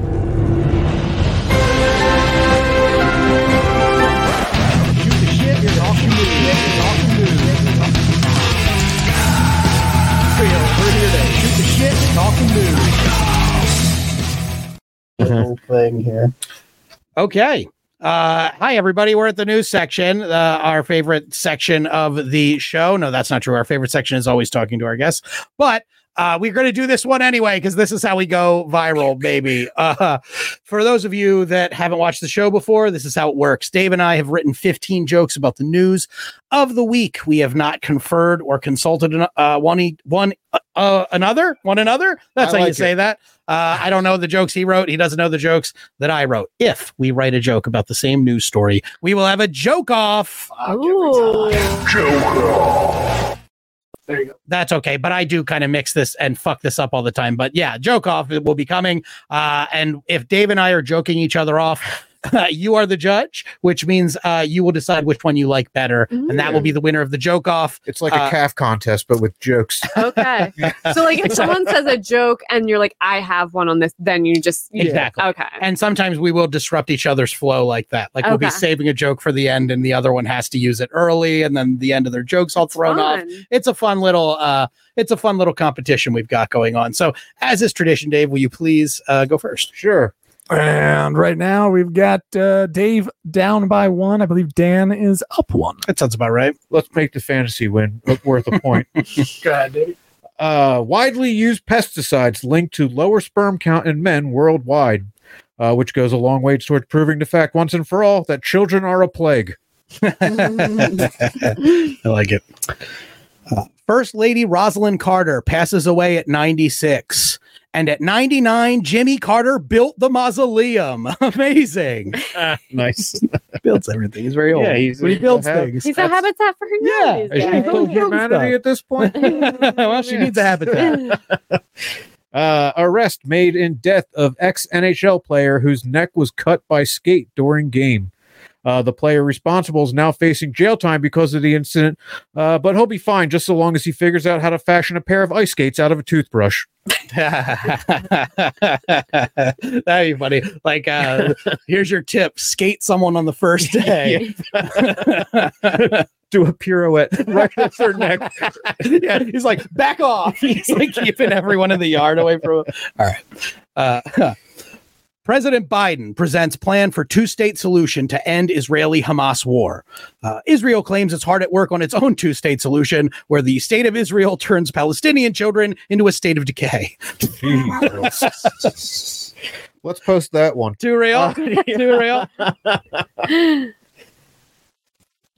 F: Okay. Uh, hi, everybody. We're at the news section, uh, our favorite section of the show. No, that's not true. Our favorite section is always talking to our guests, but uh, we're going to do this one anyway because this is how we go viral, baby. Uh, for those of you that haven't watched the show before, this is how it works. Dave and I have written 15 jokes about the news of the week. We have not conferred or consulted an- uh, one, e- one uh, uh, another, one another. That's
E: I
F: how you
E: like
F: say that. Uh, I don't know the jokes he wrote. He doesn't know the jokes that I wrote. If we write a joke about the same news story, we will have a joke off.
G: Ooh.
F: That's okay, but I do kind of mix this and fuck this up all the time. But yeah, joke off will be coming. Uh, and if Dave and I are joking each other off, you are the judge, which means uh, you will decide which one you like better, and that will be the winner of the joke off.
E: It's like
F: Uh,
E: a calf contest, but with jokes.
G: Okay. So like if someone says a joke and you're like, I have one on this, then you just you-
F: Exactly.
G: Okay.
F: And sometimes we will disrupt each other's flow like that. Like we'll be
G: Okay.
F: saving a joke for the end, and the other one has to use it early, and then the end of their jokes all thrown off.
G: Fun.
F: it's a fun little uh it's a fun little competition we've got going on so as is tradition dave will you please uh go first
E: Sure.
H: And right now we've got uh, Dave down by one. I believe Dan is up one.
F: that sounds about right
E: Let's make the fantasy win worth a point.
H: God, Dave.
E: uh, widely used pesticides linked to lower sperm count in men worldwide, uh, which goes a long way towards proving the fact once and for all that children are a plague.
F: i like it Uh, first lady rosalind carter passes away at 96 and at 99 jimmy carter built the mausoleum amazing
E: Nice.
F: builds everything he's very old
E: Yeah, he's-
F: But he builds
E: he'll have-
F: things
G: He's a habitat for
F: Yeah.
G: humanity.
E: Is she full of
F: Yeah.
E: humanity at this point?
F: well she needs a habitat
E: Uh, arrest made in death of ex NHL player whose neck was cut by skate during game. Uh, the player responsible is now facing jail time because of the incident, uh, but he'll be fine just so long as he figures out how to fashion a pair of ice skates out of a toothbrush.
F: That'd be funny. Like, uh, here's your tip: skate someone on the first day.
E: Do a pirouette right at their neck.
F: yeah, he's like, back off. He's like keeping everyone in the yard away from him. All right. Uh, President Biden presents plan for two-state solution to end Israeli-Hamas war. Uh, Israel claims it's hard at work on its own two-state solution, where the state of Israel turns Palestinian children into a state of decay.
E: Let's post that one.
F: Too real. Too real.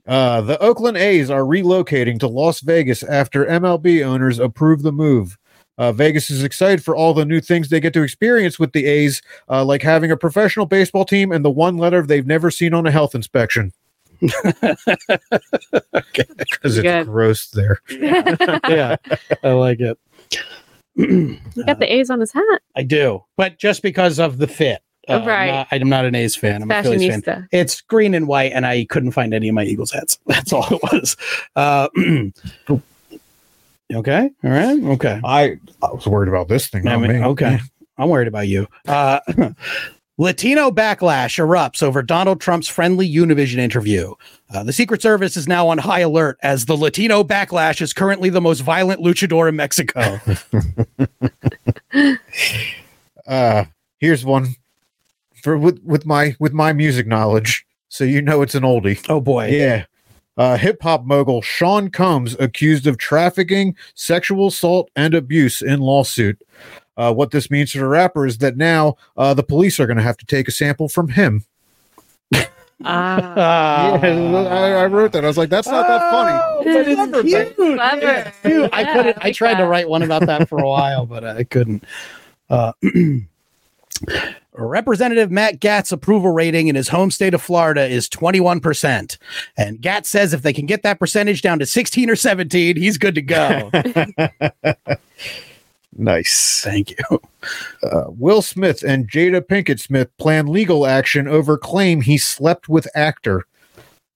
E: Uh, the Oakland A's are relocating to Las Vegas after MLB owners approve the move. Uh, Vegas is excited for all the new things they get to experience with the A's, uh, like having a professional baseball team and the one letter they've never seen on a health inspection. Because it's
G: Good.
E: gross there.
F: yeah, I like it.
G: He got the A's on his hat.
F: I do, but just because of the fit. Uh, I'm
G: Right.
F: not- I'm not an A's fan. I'm a Phillies fan.
G: Fashionista.
F: It's green and white, and I couldn't find any of my Eagles hats. That's all it was. Uh, okay. All right. Okay.
E: I, I was worried about this thing. Oh,
F: I
E: not
F: mean,
E: me.
F: okay. I'm worried about you. Uh, Latino backlash erupts over Donald Trump's friendly Univision interview. Uh, the Secret Service is now on high alert as the Latino backlash is currently the most violent luchador
E: Oh.
F: in Mexico.
E: Uh, here's one. for with with my with my music knowledge, so you know it's an oldie.
F: Oh boy.
E: Yeah. Uh, Hip hop mogul Sean Combs accused of trafficking, sexual assault, and abuse in lawsuit. Uh, what this means for the rapper is that now uh, the police are going to have to take a sample from him.
G: Ah,
E: Yeah, I, I wrote that. I was like, that's not that funny.
F: But it's
E: Clever,
F: cute.
G: Clever.
F: It's cute. I
G: Yeah,
F: couldn't.
G: I
F: I
G: like
F: tried to
G: that.
F: write one about that for a while, but I couldn't. Uh, Representative Matt Gatz's approval rating in his home state of Florida is 21%. And Gatz says if they can get that percentage down to 16 or 17, he's good to go.
E: Nice.
F: Thank you.
E: Uh, Will Smith and Jada Pinkett Smith plan legal action over claim he slept with actor.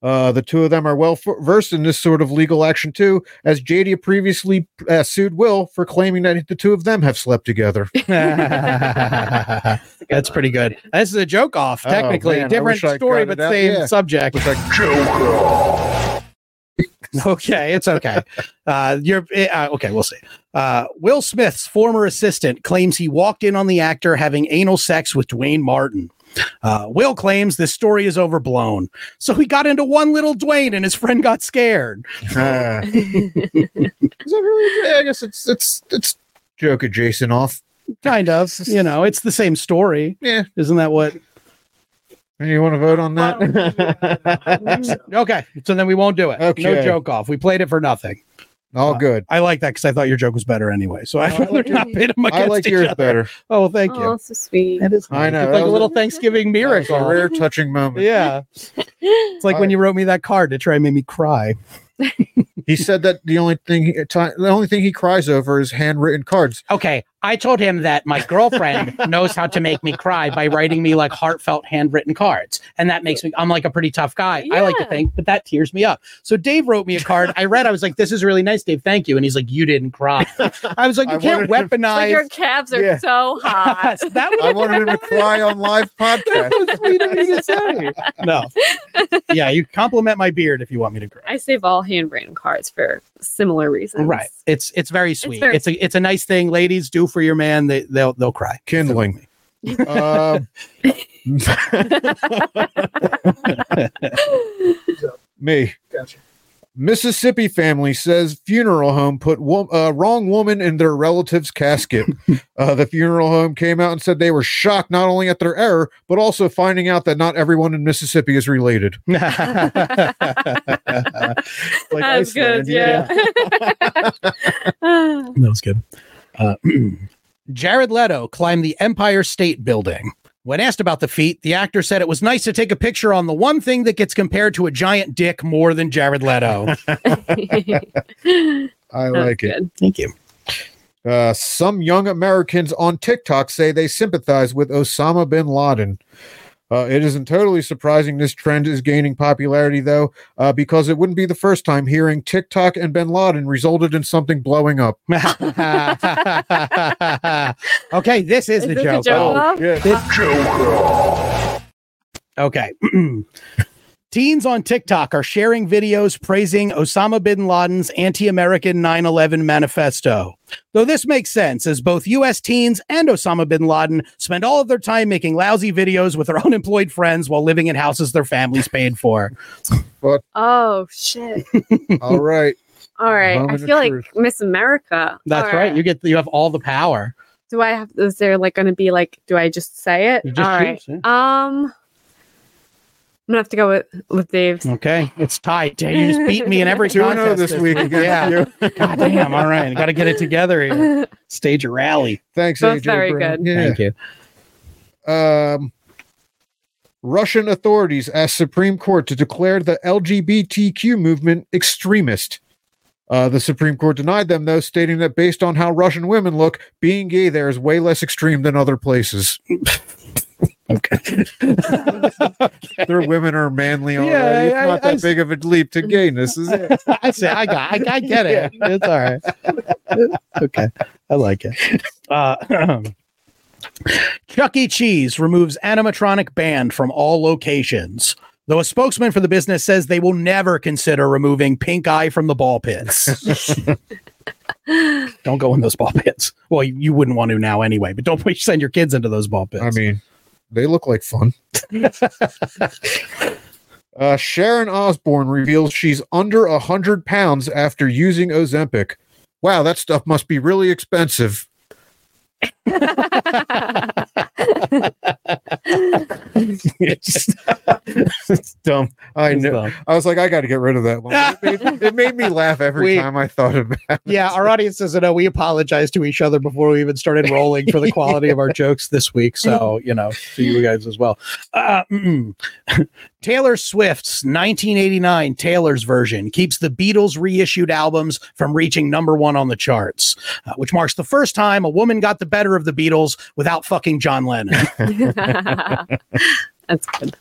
E: Uh, the two of them are well f- versed in this sort of legal action too, as Jada previously uh, sued Will for claiming that the two of them have slept together.
F: That's pretty good. This is a joke off,
E: Oh,
F: technically.
E: man, I
F: Different
E: wish I'd
F: story,
E: got it out.
F: but same
E: Yeah.
F: subject.
E: Wish I
F: okay, it's okay. Uh, you're uh, okay. We'll see. Uh, Will Smith's former assistant claims he walked in on the actor having anal sex with Dwayne Martin. Uh, Will claims this story is overblown, so he got into one little Dwayne, and his friend got scared.
E: Ah. Is that really- I guess it's it's it's joke adjacent off.
F: Kind of, you know, it's the same story,
E: Yeah,
F: isn't that what?
E: you want to vote on that?
F: Okay, so then we won't do it. No
E: Okay.
F: joke off. We played it for nothing.
E: All good.
F: I like that because I thought your joke was better anyway. So I'd
E: I like
F: rather not pit them against
E: I like
F: each
E: yours
F: other.
E: better.
F: Oh, well, thank
G: oh,
F: you.
G: so sweet.
F: That is
E: I know,
F: It's
E: that
F: like a
E: was-
F: little Thanksgiving
E: That was
F: miracle.
E: a rare touching moment.
F: Yeah. It's like when you wrote me that card to try and make me cry.
E: He said that the only thing he, ti- the only thing he cries over is handwritten cards.
F: Okay. I told him that my girlfriend knows how to make me cry by writing me like heartfelt handwritten cards. And that makes me, I'm like a pretty tough guy. I like to
G: Yeah.
F: think, but that tears me up. So Dave wrote me a card. I read, I was like, this is really nice, Dave. Thank you. And he's like, you didn't cry. I was like, you
E: I
F: can't
E: wanted
G: Like your
F: weaponize.
G: calves are
E: Yeah.
G: so hot.
F: that was
E: I wanted him to cry on live podcast.
F: sweet of me to say. No. Yeah. You compliment my beard if you want me to cry.
G: I save all handwritten cards for similar reasons.
F: Right. It's it's very sweet. It's,
G: very
F: a it's a nice thing. Ladies do for your man. They they'll they'll cry.
E: Kindling. Um, me. Mississippi family says funeral home put wo- uh, wrong woman in their relative's casket. uh, the funeral home came out and said they were shocked not only at their error, but also finding out that not everyone in Mississippi is related. Like
G: that was
E: Iceland,
G: good. Yeah.
F: That was good. Uh, Jared Leto climbed the Empire State Building. When asked about the feat, the actor said it was nice to take a picture on the one thing that gets compared to a giant dick more than Jared Leto.
E: I like it.
F: Thank you.
E: Uh, some young Americans on TikTok say they sympathize with Osama bin Laden. Uh, it isn't totally surprising this trend is gaining popularity, though, uh, because it wouldn't be the first time hearing TikTok and bin Laden resulted in something blowing up.
F: okay, this is,
G: Is
F: the
G: this a
F: joke.
G: joke
F: Oh.
G: off?
E: Yeah.
F: Okay. Teens on TikTok are sharing videos praising Osama bin Laden's anti American 9 11 manifesto. Though this makes sense, as both US teens and Osama bin Laden spend all of their time making lousy videos with their unemployed friends while living in houses their families paid for.
G: Oh shit.
E: All right.
G: All right. I
E: Moment of
G: feel like
E: truth.
G: Miss America.
F: That's
G: All
F: right. You get you have all the power.
G: do I have is there like gonna be like do I just say it?
F: You just
G: All right.
F: choose,
G: Um I'm gonna have to go with with Dave's.
F: Okay. It's tied. Dave, You just beat me in every
E: 2 0
F: contest
E: this week against
F: Yeah.
E: you.
F: God damn. All right. Got to get it together here. Stage a rally.
E: Thanks,
G: Both
E: AJ.
G: very
E: Brown.
G: good.
E: Yeah.
F: Thank you.
E: um, Russian authorities asked Supreme Court to declare the LGBTQ movement extremist. Uh, the Supreme Court denied them, though, stating that based on how Russian women look, being gay there is way less extreme than other places. okay. Their women are manly already.
F: Yeah,
E: it's
F: I-
E: not
F: I-
E: that big of a leap to gayness, is it?
F: I say I got I, I get it. It's all right. okay. I like it. Uh, Chuck E. Cheese removes animatronic band from all locations. Though a spokesman for the business says they will never consider removing pink eye from the ball pits. don't go in those ball pits. Well, you, you wouldn't want to now anyway, but don't put- send your kids into those ball pits.
E: I mean, They look like fun. uh, Sharon Osbourne reveals she's under a hundred pounds after using Ozempic. Wow, that stuff must be really expensive. it's, it's dumb. I know. I was like, I got to get rid of that one. It made, it made me laugh every
F: We-
E: time I thought about it.
F: yeah, our audience doesn't know. We apologize to each other before we even started rolling for the quality of our jokes this week. So, you know, to you guys as well. Uh, mm. Taylor Swift's 1989 Taylor's version keeps the Beatles' reissued albums from reaching number one on the charts, uh, which marks the first time a woman got the better of the Beatles without fucking John Lennon.
G: That's good.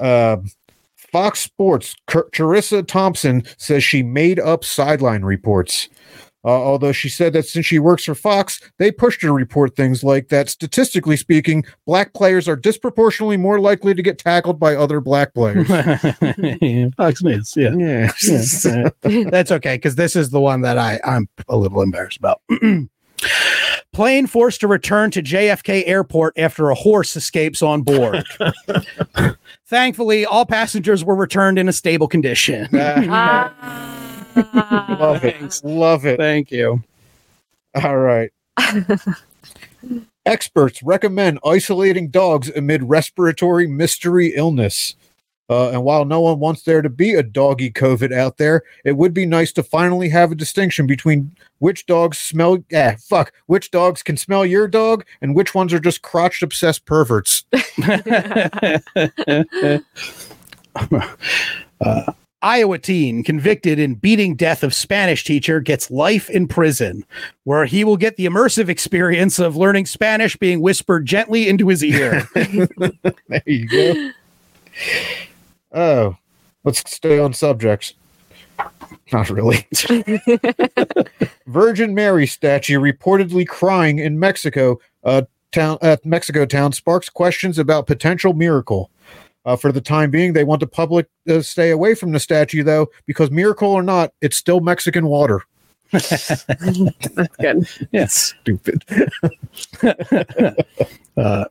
E: Um, Fox Sports, Car- Charissa Thompson says she made up sideline reports. Uh, although she said that since she works for Fox, they pushed her to report things like that. Statistically speaking, black players are disproportionately more likely to get tackled by other black players.
F: Fox News, yeah.
E: yeah.
F: That's okay, because this is the one that I, I'm a little embarrassed about. Plane forced to return to JFK Airport after a horse escapes on board. Thankfully, all passengers were returned in a stable condition.
G: Ah.
E: Love it. Love it.
F: Thank you.
E: All right. Experts recommend isolating dogs amid respiratory mystery illness. Uh, and while no one wants there to be a doggy COVID out there, it would be nice to finally have a distinction between which dogs smell, ah, fuck, which dogs can smell your dog and which ones are just crotch obsessed perverts.
F: Iowa teen convicted in beating death of Spanish teacher gets life in prison, where he will get the immersive experience of learning Spanish being whispered gently into his ear.
E: There you go. Oh, let's stay on subjects. Not really. Virgin Mary statue reportedly crying in Mexico. Uh, town at Mexico town sparks questions about potential miracle. Uh, for the time being, they want the public to stay away from the statue, though, because miracle or not, it's still Mexican water.
G: Ah, Good.
F: yes.
E: Stupid.
F: Uh,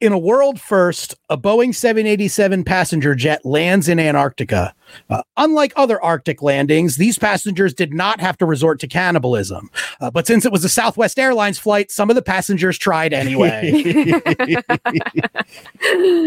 F: in a world first, a Boeing 787 passenger jet lands in Antarctica. Uh, unlike other Arctic landings, these passengers did not have to resort to cannibalism. Uh, but since it was a Southwest Airlines flight, some of the passengers tried anyway.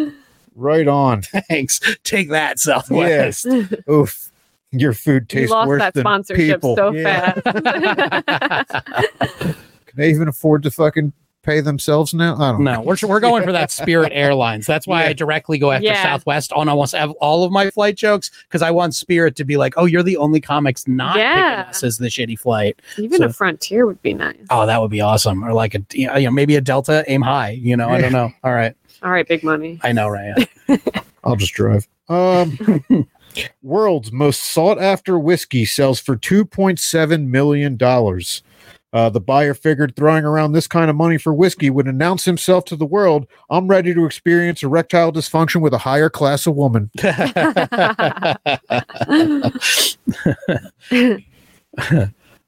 E: Right on.
F: Thanks. Take that, Southwest.
E: yes. Oof. Your food
G: You
E: tastes
G: lost
E: worse
G: that
E: than
G: sponsorship
E: people.
G: so
E: Yeah.
G: fast.
E: Can they even afford to fucking pay themselves now? I don't know.
F: No, we're, we're going for that Spirit Airlines. That's why I directly go after
G: Yeah.
F: Southwest on almost ev- all of my flight jokes because I want Spirit to be like, oh, you're the only comics not
G: Yeah.
F: picking us as the shitty flight.
G: Even
F: So-
G: a frontier would be nice.
F: Oh, that would be awesome. Or like a you know maybe a Delta aim high. You know I don't know. All right,
G: All right, big money.
F: I know Ryan.
E: I'll just drive. Um, world's most sought after whiskey sells for $2.7 million. Uh, the buyer figured throwing around this kind of money for whiskey would announce himself to the world I'm ready to experience erectile dysfunction with a higher class of woman.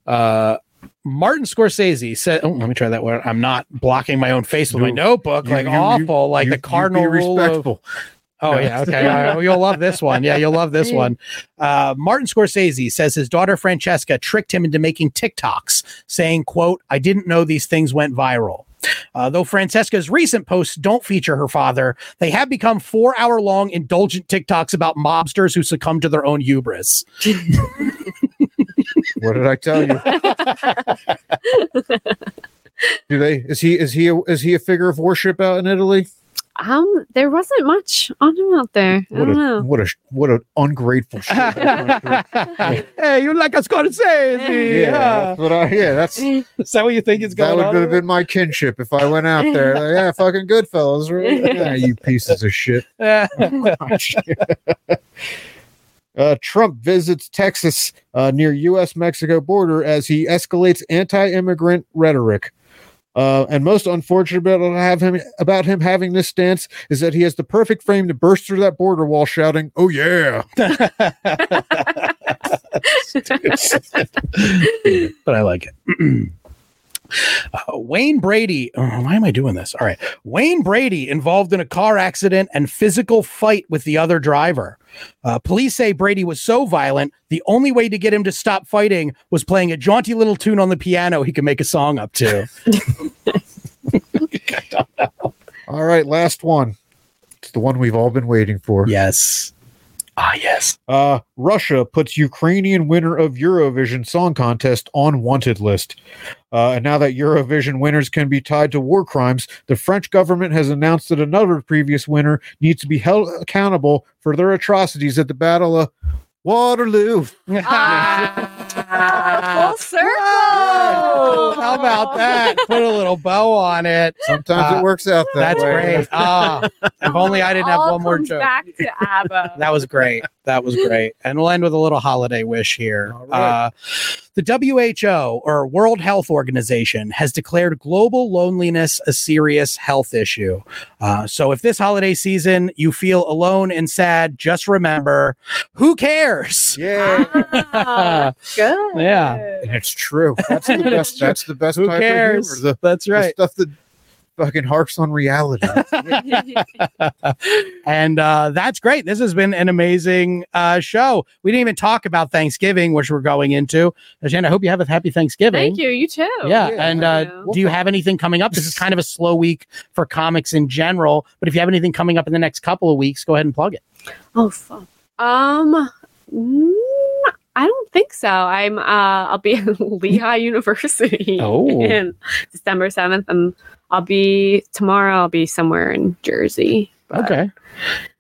F: Uh, Martin Scorsese said, "Oh, let me try that word. I'm not blocking my own face with my
E: No.
F: notebook. like
E: You- you- you-
F: awful. like
E: You-
F: the
E: you be
F: cardinal rule of
E: respectful.
F: Oh yeah, okay. All right. Well, You'll love this one. Yeah, you'll love this one. Uh, Martin Scorsese says his daughter Francesca tricked him into making TikToks, saying, "quote I didn't know these things went viral." Uh, though Francesca's recent posts don't feature her father, they have become four-hour-long indulgent TikToks about mobsters who succumb to their own hubris.
E: What did I tell you? Do they? Is he? Is he? A, is he a figure of worship out in Italy?
G: Um, there wasn't much on him out there. I
E: What
G: don't
E: a
G: know.
E: what a what an ungrateful. shit.
F: hey, you like a Scorsese?
E: yeah, that's what I, yeah, that's
F: Is that what you think is
E: that
F: going
E: would
F: on?
E: have been my kinship if I went out there. Like, yeah, fucking good fellas. Right? Yeah, you pieces of shit. Uh, Trump visits Texas uh, near U.S. Mexico border as he escalates anti-immigrant rhetoric. Uh, and most unfortunate about have him about him having this stance is that he has the perfect frame to burst through that border wall shouting, "Oh yeah!"
F: but I like it. Uh, Wayne Brady. oh, why am I doing this? All right. Wayne Brady involved in a car accident and physical fight with the other driver. Uh, police say Brady was so violent, the only way to get him to stop fighting was playing a jaunty little tune on the piano he could make a song up to.
E: All right, last one. It's the one we've all been waiting for.
F: yes. Ah, yes.
E: Uh, Russia puts Ukrainian winner of Eurovision Song Contest on wanted list. Uh, and now that Eurovision winners can be tied to war crimes, the French government has announced that another previous winner needs to be held accountable for their atrocities at the Battle of Waterloo.
G: Ah, full circle.
F: How about that? Put a little bow on it.
E: Sometimes
F: Uh,
E: it works out that
F: That's
E: way.
F: great. Ah, if only I didn't have
G: All
F: one more
G: comes
F: joke.
G: Back to ABBA.
F: That was great. That was great. And we'll end with a little holiday wish here. Uh, the WHO or World Health Organization has declared global loneliness a serious health issue. Uh, so if this holiday season you feel alone and sad, just remember who cares?
E: Yeah,
G: Ah, good.
F: Yeah.
E: and it's true. That's the best. that's the best.
F: Who
E: type Of
F: cares?
E: humor. The,
F: That's
E: the
F: right.
E: stuff that fucking harks on reality.
F: and uh, that's great. This has been an amazing uh, show. We didn't even talk about Thanksgiving, which we're going into. Jen, I hope you have a happy Thanksgiving.
G: Thank you. You too.
F: Yeah,
E: yeah.
F: and
G: I
F: uh,
G: know.
F: do you have anything coming up? This is kind of a slow week for comics in general, but if you have anything coming up in the next couple of weeks, go ahead and plug it.
G: Oh fuck. Um, mm, I don't think so. I'm. Uh, I'll be at Lehigh University
F: Oh.
G: in December seventh, and I'll be tomorrow. I'll be somewhere in Jersey. But-
F: Okay,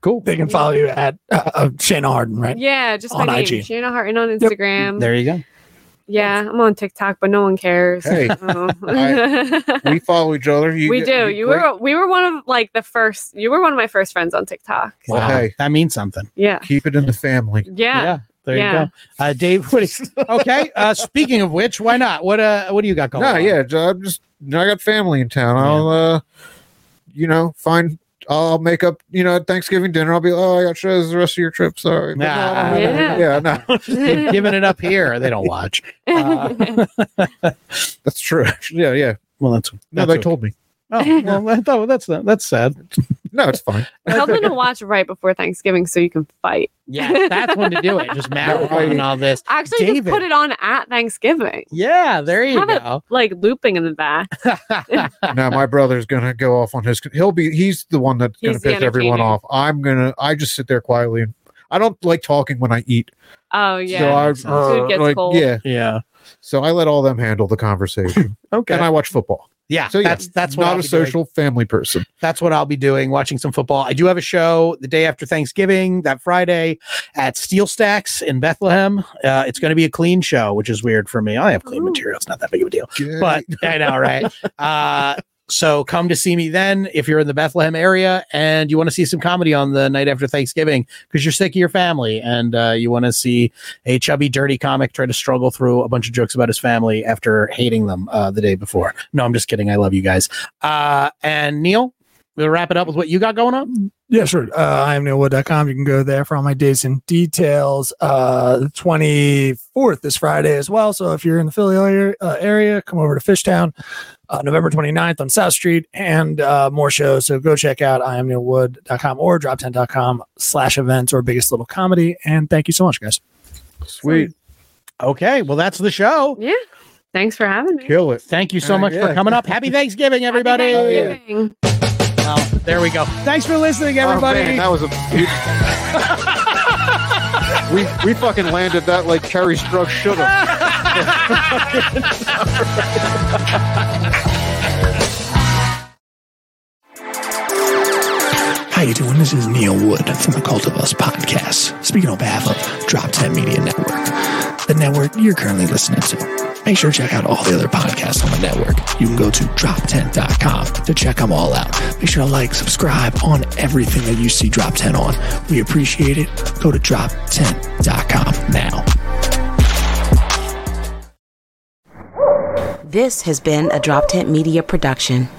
F: cool.
H: They can follow you at uh, uh, Shannon Harden, right?
G: Yeah, just
H: On
G: my name,
H: IG.
G: Shana Harton on
H: Yep.
E: Um,
G: Instagram.
F: There you go.
G: Yeah, I'm on TikTok, but no one cares.
E: Hey,
G: Oh.
E: we follow each other. You
G: we
E: get-
G: do. You
E: great.
G: were we were one of like the first. You were one of my first friends on TikTok.
E: Wow. Okay.
F: that means something.
G: Yeah.
E: keep it in the family.
G: Yeah.
F: there
G: Yeah.
F: you go. Uh, Dave, what is, okay. Uh, speaking of which, why not? What uh, what do you got going?
E: No,
F: on?
E: yeah, j- I'm just you know, I got family in town.
F: Yeah.
E: I'll uh you know, find I'll make up, you know, at Thanksgiving dinner. I'll be like, oh, I got shows the rest of your trip. Sorry. But no, I don't
G: Nah.
E: have- yeah, no,
F: They've given it up here. They don't watch. Uh,
E: that's true. Yeah, yeah.
F: Well, that's
E: No,
F: that's
E: they
F: okay.
E: told me.
F: Oh, well, that, that- that's that's sad.
E: No, it's fine.
G: Tell them to watch right before Thanksgiving so you can fight.
F: Yeah, that's when to do it. Just marathon and all this.
G: Actually, just
F: David.
G: put it on at Thanksgiving,
F: Yeah, there you
G: Have it-
F: go.
G: like looping in the back.
E: No, my brother's gonna go off on his. He'll be. He's the one that's gonna
G: He's the
E: piss everyone
G: entertainer.
E: off. I'm gonna. I just sit there quietly. and I don't like talking when I eat.
G: Oh yeah,
E: So I,
G: Food gets
E: like,
G: cold.
E: yeah.
F: yeah.
E: So I let all them handle the conversation,
F: Okay.
E: and I watch football.
F: Yeah,
E: So yeah,
F: that's that's what
E: not
F: I'll
E: a
F: be doing.
E: social family person.
F: That's what I'll be doing, watching some football. I do have a show the day after Thanksgiving, that Friday, at Steel Stacks in Bethlehem. Uh, it's going to be a clean show, which is weird for me. I have clean
G: Ooh.
F: material; it's not that big of a deal.
E: Gay.
F: But I know, right? Uh, so come to see me then if you're in the Bethlehem area and you want to see some comedy on the night after Thanksgiving because you're sick of your family and uh, you want to see a chubby, dirty comic try to struggle through a bunch of jokes about his family after hating them uh, the day before. No, I'm just kidding. I love you guys. Uh, and Neil, we'll wrap it up with what you got going on.
H: Yeah, sure. Uh, I am neilwood.com. You can go there for all my dates and details. Uh, the 24th is Friday as well. So if you're in the Philly area, uh, area come over to Fishtown uh, November 29th on South Street and uh, more shows. So go check out I am neilwood.com or drop10.com slash events or biggest little comedy. And thank you so much, guys.
E: Sweet.
F: Okay, well, that's the show.
G: yeah. Thanks for having me.
E: Kill it.
F: Thank you so
E: Uh,
F: much for
E: yeah.
F: coming up. Happy Thanksgiving,
G: Happy
F: everybody.
G: Thanksgiving.
F: Well, there we go. Thanks for listening, everybody.
E: Oh, man, that was a. we we fucking landed that like Kerry Struck should have.
I: How you doing? This is Neil Wood from the Cult of Us podcast, speaking on behalf of Drop 10 Media Network, the network you're currently listening to. Make sure to check out all the other podcasts on the network. You can go to drop10.com to check them all out. Make sure to like, subscribe on everything that you see Drop 10 on. We appreciate it. Go to drop10.com now.
A: This has been a Drop Tent Media production.